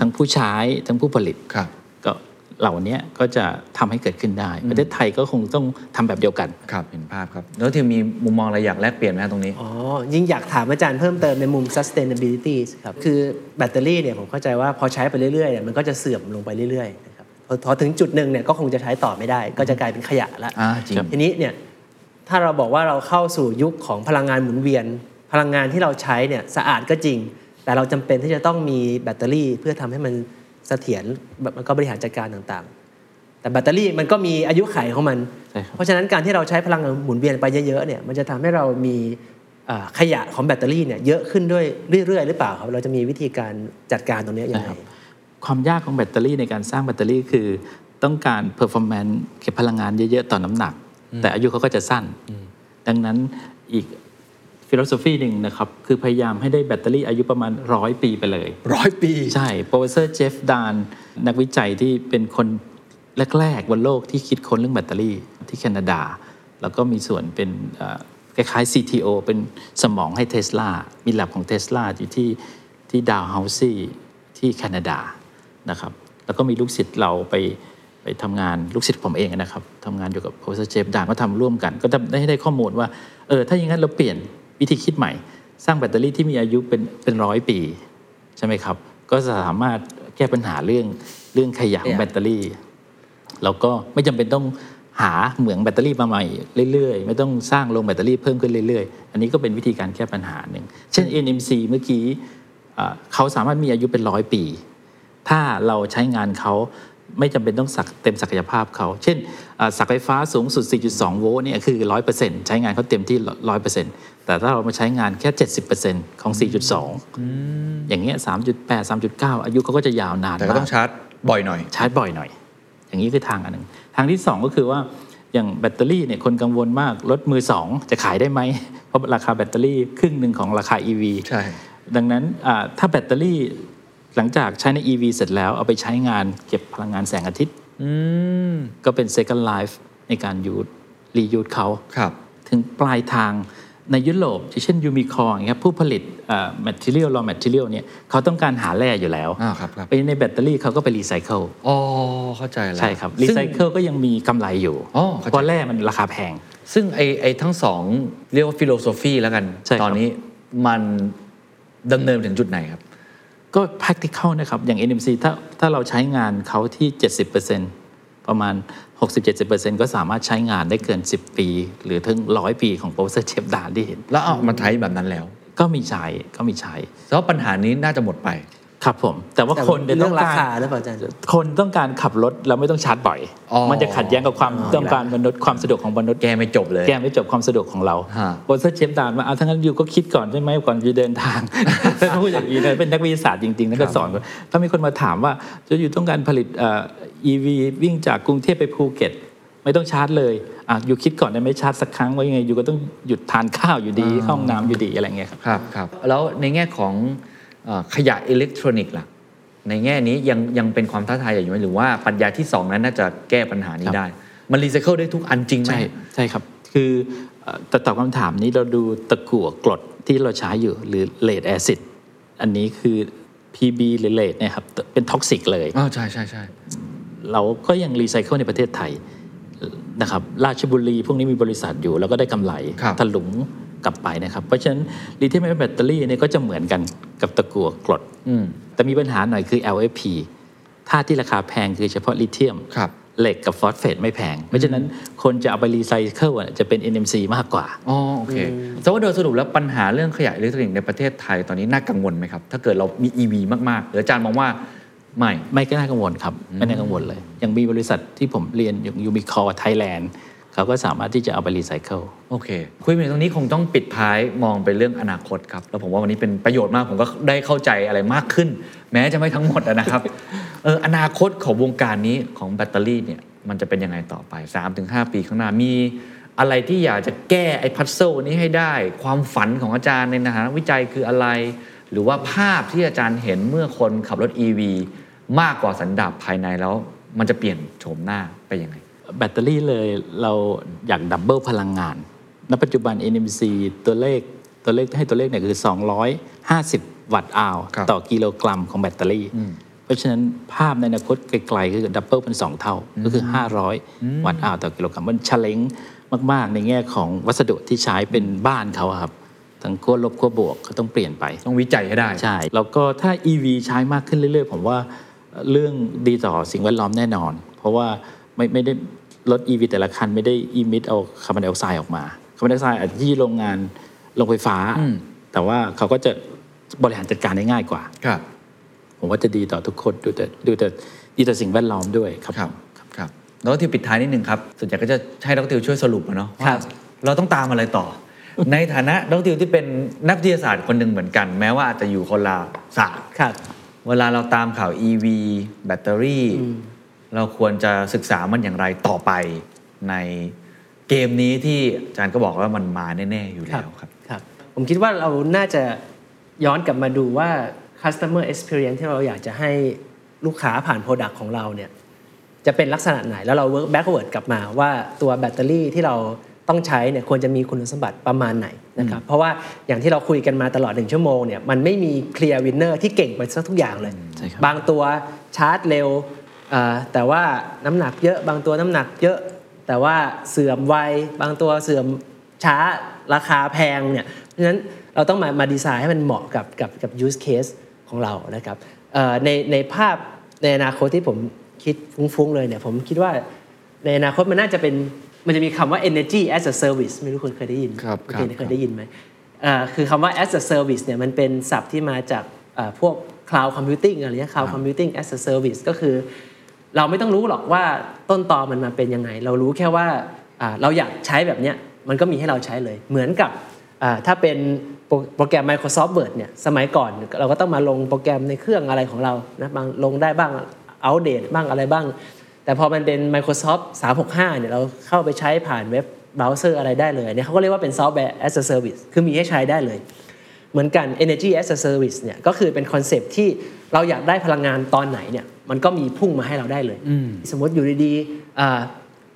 ทั้งผู้ใช้ทั้งผู้ผลิต
ครับ
ก็เหล่านี้ก็จะทำให้เกิดขึ้นได้ ประเทศไทยก็คงต้องทำแบบเดียวกัน
ครับเห็นภาพครับ แล้วทีมมีมุมมองอะไรอยากแลกเปลี่ยนไหมฮะตรงนี้
อ๋อ ยิ่งอยากถามอาจารย์เพิ่มเติมในมุม sustainability ครับ คือแบตเตอรี่เนี่ยผมเข้าใจว่าพอใช้ไปเรื่อยๆเนี่ยมันก็จะเสื่อมลงไปเรื่อยๆนะครับพอพอถึงจุดหนึ่งเนี่ยก็คงจะใช้ต่อไม่ได้ ก็จะกลายเป็นขยะละ
อ่าจริง
ทีนี้เนี่ยถ้าเราบอกว่าเราเข้าสู่ยุคของพลังงานหมุนเวียน พลังงานที่เราใช้เนี่ยสะอาดก็จริง แต่เราจำเป็นที่จะต้องมีแบตเตอรี่ เพื่อทำให้มันเสถียรแล้วก็บริหารจัดการต่างๆ แต่แบตเตอรี่มันก็มีอายุไขของมัน
ใช่ครับ
เพราะฉะนั้นการที่เราใช้พลังงานหมุนเวียนไปเยอะๆเนี่ยมันจะทำให้เรามี อ่าขยะของแบตเตอรี่เนี่ยเยอะขึ้นด้วยเรื่อยๆ หรือเปล่าครับ เราจะมีวิธีการจัดการตรงเนี้ยยังไง
นะครับ ความยากของแบตเตอรี่ในการสร้างแบตเตอรี่คือ ต้องการ performance เก็บพลังงานเยอะ ๆ ต่อน้ำหนัก แต่อายุเขาก็จะสั้น ดังนั้นอีกฟิโลโซฟีหนึ่งนะครับ คือพยายามให้ได้แบตเตอรี่อายุประมาณร้อยปีไปเลย
ร้อยปี
ใช่ โปรเฟสเซอร์เจฟดาน นักวิจัยที่เป็นคนแรก ๆ บนโลกที่คิดค้นเรื่องแบตเตอรี่ที่แคนาดา แล้วก็มีส่วนเป็นเอ่อคล้ายๆ CTO เป็นสมองให้เทสลา มีหลับของเทสลาอยู่ที่ที่ดาวเฮาซี่ที่แคนาดานะครับ แล้วก็มีลูกศิษย์เราไปไปทำงานลูกศิษย์ผมเองนะครับทำงานอยู่กับโปรเฟสเซอร์เจฟดานก็ทำร่วมกัน ก็ได้ได้ข้อมูลว่าเออถ้าอย่างนั้นเราเปลี่ยนวิธีคิดใหม่ สร้างแบตเตอรี่ที่มีอายุเป็นเป็นร้อยปี ใช่ไหมครับ ก็จะสามารถแก้ปัญหาเรื่องเรื่องขยะของแบตเตอรี่ แล้วก็ไม่จำเป็นต้องหาเหมืองแบตเตอรี่มาใหม่เรื่อยๆ ไม่ต้องสร้างโรงแบตเตอรี่เพิ่มขึ้นเรื่อยๆ อันนี้ก็เป็นวิธีการแก้ปัญหาหนึ่ง เช่น NMC เมื่อกี้อ่าเขาสามารถมีอายุเป็นร้อยปี ถ้าเราใช้งานเขาไม่จำเป็นต้องสักเต็มศักยภาพเขา เช่นอ่าสักไฟฟ้าสูงสุด 4.2 โวลต์เนี่ยคือ 100%ใช้งานเขาเต็มที่ 100%แต่ถ้าเรามาใช้งานแค่ 70%ของ 4.2 อย่างเงี้ย 3.8 3.9 อายุเขาก็จะยาวนาน
แต่ก็
มา
ต้องชาร์จบ่อยหน่อย
ชาร์จบ่อยหน่อย อย่างนี้คือทางอันหนึ่ง ทางที่ 2 ก็คือว่าอย่างแบตเตอรี่เนี่ยคนกังวลมากรถมือ 2 จะขายได้ไหม เพราะราคาแบตเตอรี่ครึ่งหนึ่งของราคา EV
ใช่
ดังนั้นอ่าถ้าแบตเตอรี่หลังจากใช้ใน EV เสร็จแล้วเอาไปใช้งานเก็บพลังงานแสงอาทิตย์
อืม
ก็เป็น second life ในการยูดรียูดเขา
ครับ
ถึงปลายทางในยุโรปอย่างเช่นยูมิคอย่างเงี้ยผู้ผลิตเอ่อ material raw material เนี่ยเขาต้องการหาแร่อยู่แล้ว
อ่าครับครับ
เพราะฉะนั้นในแบตเตอรี่เขาก็ไปรีไซเคิล
อ๋อ เข้าใจแล้ว
ใช่ครับ รี
ซึ่ง
ไซเคิลก็ยังมีกำไรอยู่
อ๋อเข้าใจ
เพราะแร่มันราคาแพง
ซึ่งไอไอทั้งสองเรียกว่าฟิโลโซฟีแล้วกัน
ใช่ครับ
ตอนนี้มันดำเนินไปถึงจุดไหนครับ
ก็ practical นะครับ อย่าง NMC ถ้าถ้าเราใช้งานเขาที่ 70%ประมาณ 60-70%ก็สามารถใช้งานได้เกิน 10 ปี หรือถึง 100 ปีของโปรเซสเชฟดานที่เห็น
แล้วเอามาใช้แบบนั้นแล้ว
ก็มีใช้ก็มีใช้
แล้วาปัญหานี้น่าจะหมดไป
ครับผม แต่ว่า
แต่
คนเนี่ย
เรื่
ต้
อ
องง
รา
การ
คาหรือเปล่าอาจารย์
คนต้องการขับรถแล้วไม่ต้องชาร์จบ่อย
อ๋อ
มันจะขัดแย้งกับความต้องการมนุษย์ความสะดวกของมนุษย์
แกไม่จบเลย
แก้ไม่จบความสะดวกของเรา
ฮะ
โอเซอร์เชฟดานมาเอาทั้างนั้นอยู่ก็คิดก่อนใช่ไหมก่อนอยู่เดินทาง ถ้าพูดอย่างนี้นะเป็นนักวิทยาศาสตร์จริงๆนั่นก็สอนก่อนถ้ามีคนมาถามว่าจะอยู่ต้องการผลิตเอ่อ EV วิ่งจากกรุงเทพไปภูเก็ต ไม่ต้องชาร์จเลยอ่ะอยู่คิดก่อนได้ไหมชาร์จสักครั้งว่ายังไงอยู่ก็ต้องหยุดทานข้าวอยู่ดีเข้าห้องน้ำอยู่ดีอะไรเงี้ยครับ
ครับครับ แล้วในแง่ของเอ่อขยะอิเล็กทรอนิกส์ล่ะ ในแง่นี้ยังยังเป็นความท้าทายอยู่ไหมหรือว่าปรัญญาที่สองนั้นน่าจะแก้ปัญหานี้
ครับ
ได้ มันรีไซเคิลได้ทุกอันจริงไหม
ใช่ใช่ครับ คือเอ่อแต่ตอบคำถามนี้เราดูตะกั่วกรดที่เราใช้อยู่หรือเลดแอซิดอันนี้คือ PB หรือเลดเนี่ยครับเป็นท็อกซิกเลย
อ๋อใช่ใช่ใช่
เราก็ยังรีไซเคิลในประเทศไทยนะครับราชบุรีพวกนี้มีบริษัทอยู่ แล้วก็ได้กำไรถลุงกลับไปนะครับ เพราะฉะนั้นลิเธียมไอออนแบตเตอรี่เนี่ยก็จะเหมือนกันกับตะกั่วกรด
อืม
แต่มีปัญหาหน่อยคือ LFP ธาตุที่ราคาแพงคือเฉพาะลิเธียม
ครับ
เหล็กกับฟอสเฟตไม่แพง เพราะฉะนั้นคนจะเอาไปรีไซเคิลอะจะเป็น NMC มากกว่า
อ๋อโอเคแต่ว่าโดยสรุปแล้วปัญหาเรื่องขยะอิเล็กทรอนิกส์ในประเทศไทยตอนนี้น่ากังวลไหมครับ ถ้าเกิดเรามี EV มากๆหรืออาจารย์มองว่าไม่
ไม่ก็น่ากังวลครับ ไม่น่ากังวลเลย ยังมีบริษัทที่ผมเรียนอยู่ยูมิคอร์ไทยแลนด์เขาก็สามารถที่จะเอาไปรีไซเคิล
โอเค คุยไปถึงตรงนี้คงต้องปิดท้ายมองไปเรื่องอนาคตครับ แล้วผมว่าวันนี้เป็นประโยชน์มาก ผมก็ได้เข้าใจอะไรมากขึ้น แม้จะไม่ทั้งหมดอะนะครับ เอออนาคตของวงการนี้ของแบตเตอรี่เนี่ยมันจะเป็นยังไงต่อไป 3-5 ปีข้างหน้ามี อะไรที่อยากจะแก้ไอ้พัซเซิลนี้ให้ได้ ความฝันของอาจารย์ในฐานะวิจัยคืออะไร หรือว่าภาพที่อาจารย์เห็นเมื่อคนขับรถ EV มากกว่าสันดาปภายในแล้ว มันจะเปลี่ยนโฉมหน้าไปยังไง
แบตเตอรี่เลยเราอยากดับเบิลพลังงาน ณ ปัจจุบัน NMC ตัวเลขตัวเลขให้ตัวเลขเนี่ยคือ 250 วัตต์อาวร์
ครับ
ต่อกิโลกรัมของแบตเตอรี่ เพราะฉะนั้นภาพในอนาคตไกลๆคือดับเบิลเป็น 2 เท่า ก็คือ 500 วัตต์อาวร์ต่อกิโลกรัมมันเฉลงมาก ๆ ในแง่ของวัสดุที่ใช้เป็นบ้านเขาอะครับทั้งขั้วลบขั้วบวกเขาต้องเปลี่ยนไป
ต้องวิจัยให้ได้
ใช่ แล้วก็ถ้า EV ใช้มากขึ้นเรื่อยๆ ผมว่าเอ่อเรื่องดีต่อสิ่งแวดล้อมแน่นอน เพราะว่าไม่ไม่ได้รถ EV แต่ละคันไม่ได้ emit เอาคาร์บอนไดออกไซด์ออกมาคาร์บอนไดออกไซด์อาจจะที่โรงงานโรงไฟฟ้า
อืม
แต่ว่าเขาก็จะบริหารจัดการได้ง่ายกว่า
ครับ
ผมว่าจะดีต่อทุกคนดูแต่ดูแต่ดีต่อสิ่งแวดล้อมด้วยครับ
ครับครับดรทิวปิดท้ายนิดหนึ่งครับส่วนใหญ่ก็จะให้ดรทิวช่วยสรุปอะเนาะว่าเราต้องตามอะไรต่อ ในฐานะดรติวที่เป็นนักวิทยาศาสตร์คนหนึ่งเหมือนกัน แม้ว่าอาจจะอยู่คนละศาสตร์
ครับ
เวลาเราตามข่าว EV แบตเตอรี่
อืม
เราควรจะศึกษามันอย่างไรต่อไปในเกมนี้ที่อาจารย์ก็บอกว่ามันมาแน่ ๆ อยู่แล้วครับ
ครับผมคิดว่าเราน่าจะย้อนกลับมาดูว่า customer experience ที่เราอยากจะให้ลูกค้าผ่าน Product ของเราเนี่ยจะเป็นลักษณะไหน แล้วเรา work backward กลับมาว่าตัวแบตเตอรี่ที่เราต้องใช้เนี่ยควรจะมีคุณสมบัติประมาณไหนนะครับเพราะว่าอย่างที่เราคุยกันมาตลอดหนึ่งชั่วโมงเนี่ยมันไม่มี clear winner ที่เก่งไปซะทุกอย่างเลย
ใช่ครับ
บางตัวชาร์จเร็วเอ่อแต่ว่าน้ำหนักเยอะบางตัวน้ำหนักเยอะ แต่ว่าเสื่อมไวบางตัวเสื่อมช้าราคาแพงเนี่ยเพราะฉะนั้นเราต้องมามาดีไซน์ให้มันเหมาะกับกับกับ use case ของเรานะครับเอ่อในในภาพในอนาคตที่ผมคิดฟุ้งๆเลยเนี่ยผมคิดว่าในอนาคตมันน่าจะเป็นมันจะมีคำว่า energy as a service ไม่รู้คุณเคยได้ยินไหม
ครับครับ
ณเคยได้ยินไหม เอ่อคือคำว่า as a service เนี่ยมันเป็นศัพท์ที่มาจากเอ่อพวก cloud computing อะไรเงี้ย cloud computing as a service ก็คือ เราไม่ต้องรู้หรอกว่าต้นตอมันมาเป็นยังไง เรารู้แค่ว่าอ่าเราอยากใช้แบบเนี้ยมันก็มีให้เราใช้เลย เหมือนกับอ่าถ้าเป็นโปรโปรแกรม Microsoft Word เนี่ยสมัยก่อนเราก็ต้องมาลงโปรแกรมในเครื่องอะไรของเรานะบางลงได้บ้าง อัปเดตบ้างอะไรบ้าง แต่พอมันเป็น Microsoft 365 เนี่ยเราเข้าไปใช้ผ่านเว็บเบราว์เซอร์อะไรได้เลยเนี่ยเขาก็เรียกว่าเป็น software as a service คือมีให้ใช้ได้เลย เหมือนกัน energy as a service เนี่ยก็คือเป็นคอนเซปต์ที่เราอยากได้พลังงานตอนไหนเนี่ยมันก็มีพุ่งมาให้เราได้เลย สมมติอยู่ดีๆอ่า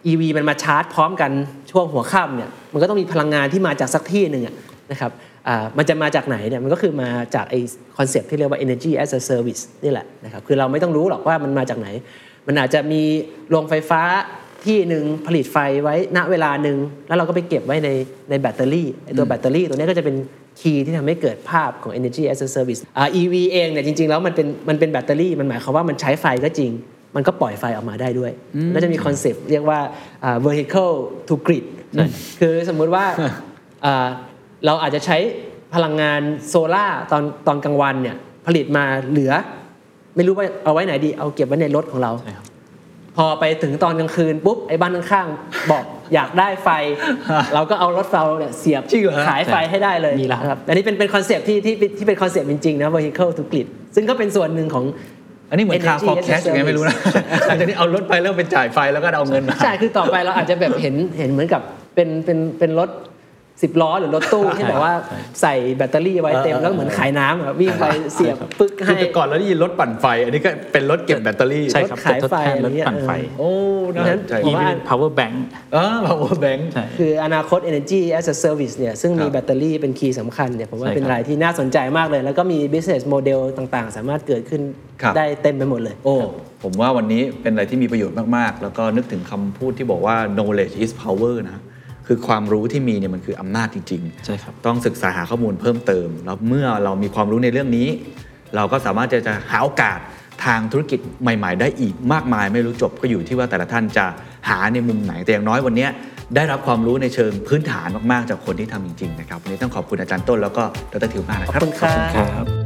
EV มันมาชาร์จพร้อมกันช่วงหัวค่ำเนี่ยมันก็ต้องมีพลังงานที่มาจากสักที่หนึ่งอะนะครับอ่ามันจะมาจากไหนเนี่ยมันก็คือมาจากไอคอนเซปที่เรียกว่า energy as a service นี่แหละนะครับคือเราไม่ต้องรู้หรอกว่ามันมาจากไหน มันอาจจะมีโรงไฟฟ้าที่หนึ่งผลิตไฟไว้ณเวลาหนึ่งแล้วเราก็ไปเก็บไว้ในในแบตเตอรี่ไอ้ตัวแบตเตอรี่ตัวเนี้ยก็จะเป็นคีย์ที่ทำให้เกิดภาพของ energy as a service อ่า EV เองเนี่ยจริงๆแล้วมันเป็นมันเป็นแบตเตอรี่มันหมายความว่ามันใช้ไฟก็จริง มันก็ปล่อยไฟออกมาได้ด้วย แล้วจะมีคอนเซปต์เรียกว่าอ่า vehicle to grid คือสมมุติว่า อ่าเราอาจจะใช้พลังงานโซลาร์ตอนตอนกลางวันเนี่ยผลิตมาเหลือ ไม่รู้ว่าเอาไว้ไหนดี เอาเก็บไว้ในรถของเรา
ใช่ครับ
พอไปถึงตอนกลางคืนปุ๊บไอ้บ้านข้างๆ บอกอยากได้ไฟ เราก็เอารถเราเนี่ยเสียบ
จริงเหรอฮะ
ขายไฟให้ได้เลย
มีแล้ว
นะครับอันนี้เป็นเป็นคอนเซปต์ที่ที่ที่เป็นคอนเซปต์จริงๆนะ vehicle to grid ซึ่งก็เป็นส่วนหนึ่งของ
อันนี้เหมือนคา
Energy
ฟอร์แคส
as a
ยังไงไม่รู้นะ หลังจากนี้เอารถไปแล้วไปจ่ายไฟแล้วก็เอาเงินมา
ใช่ คือต่อไปเราอาจจะแบบเห็นเห็นเหมือนกับเป็นเป็นเป็นรถสิบล้อหรือรถตู้ที่แบบว่าใส่แบตเตอรี่ไว้เต็ม
เออเออ
แล้วเหมือนขายน้ำอะวิ่งไปเสียบปึ๊กให้
คือแต่ก่อนเราได้ยินรถปั่นไฟ อันนี้ก็เป็นรถเก็บแบตเตอรี่
ใช่
รถขายไฟอะไรเงี้ย
ปั่นไฟ
เออ
โอ้น่าสนใจ
ผม
อี
ว่า
วี power bank
เออ power bank
ใช่
คืออนาคต Energy as a Service เนี่ยซึ่ง
ค
มี
รับ
แบตเตอรี่เป็นคีย์สำคัญเนี่ยผมว่า
ใช่ครับ
เป็นรายที่น่าสนใจมากเลย แล้วก็มี business model ต่างๆ สามารถเกิดขึ้น
ครับ
ได้เต็มไปหมดเลย
โอ้ ผมว่าวันนี้เป็นอะไรที่มีประโยชน์มาก ๆ แล้วก็นึกถึงคำพูดที่บอกว่า knowledge is power นะ คือความรู้ที่มีเนี่ยมันคืออำนาจจริง ๆ
ใช่ครับ
ต้องศึกษาหาข้อมูลเพิ่มเติม แล้วเมื่อเรามีความรู้ในเรื่องนี้ เราก็สามารถจะจะหาโอกาสทางธุรกิจใหม่ ๆ ได้อีกมากมาย ไม่รู้จบก็อยู่ที่ว่าแต่ละท่านจะหาในมุมไหนแต่อย่างน้อยวันเนี้ยได้รับความรู้ในเชิงพื้นฐานมาก ๆ จากคนที่ทำจริง ๆ นะครับวันนี้ต้องขอบคุณอาจารย์ต้นแล้วก็ดรถิวมากนะ
ขอบ
ครับ
คุณครับ
ครับ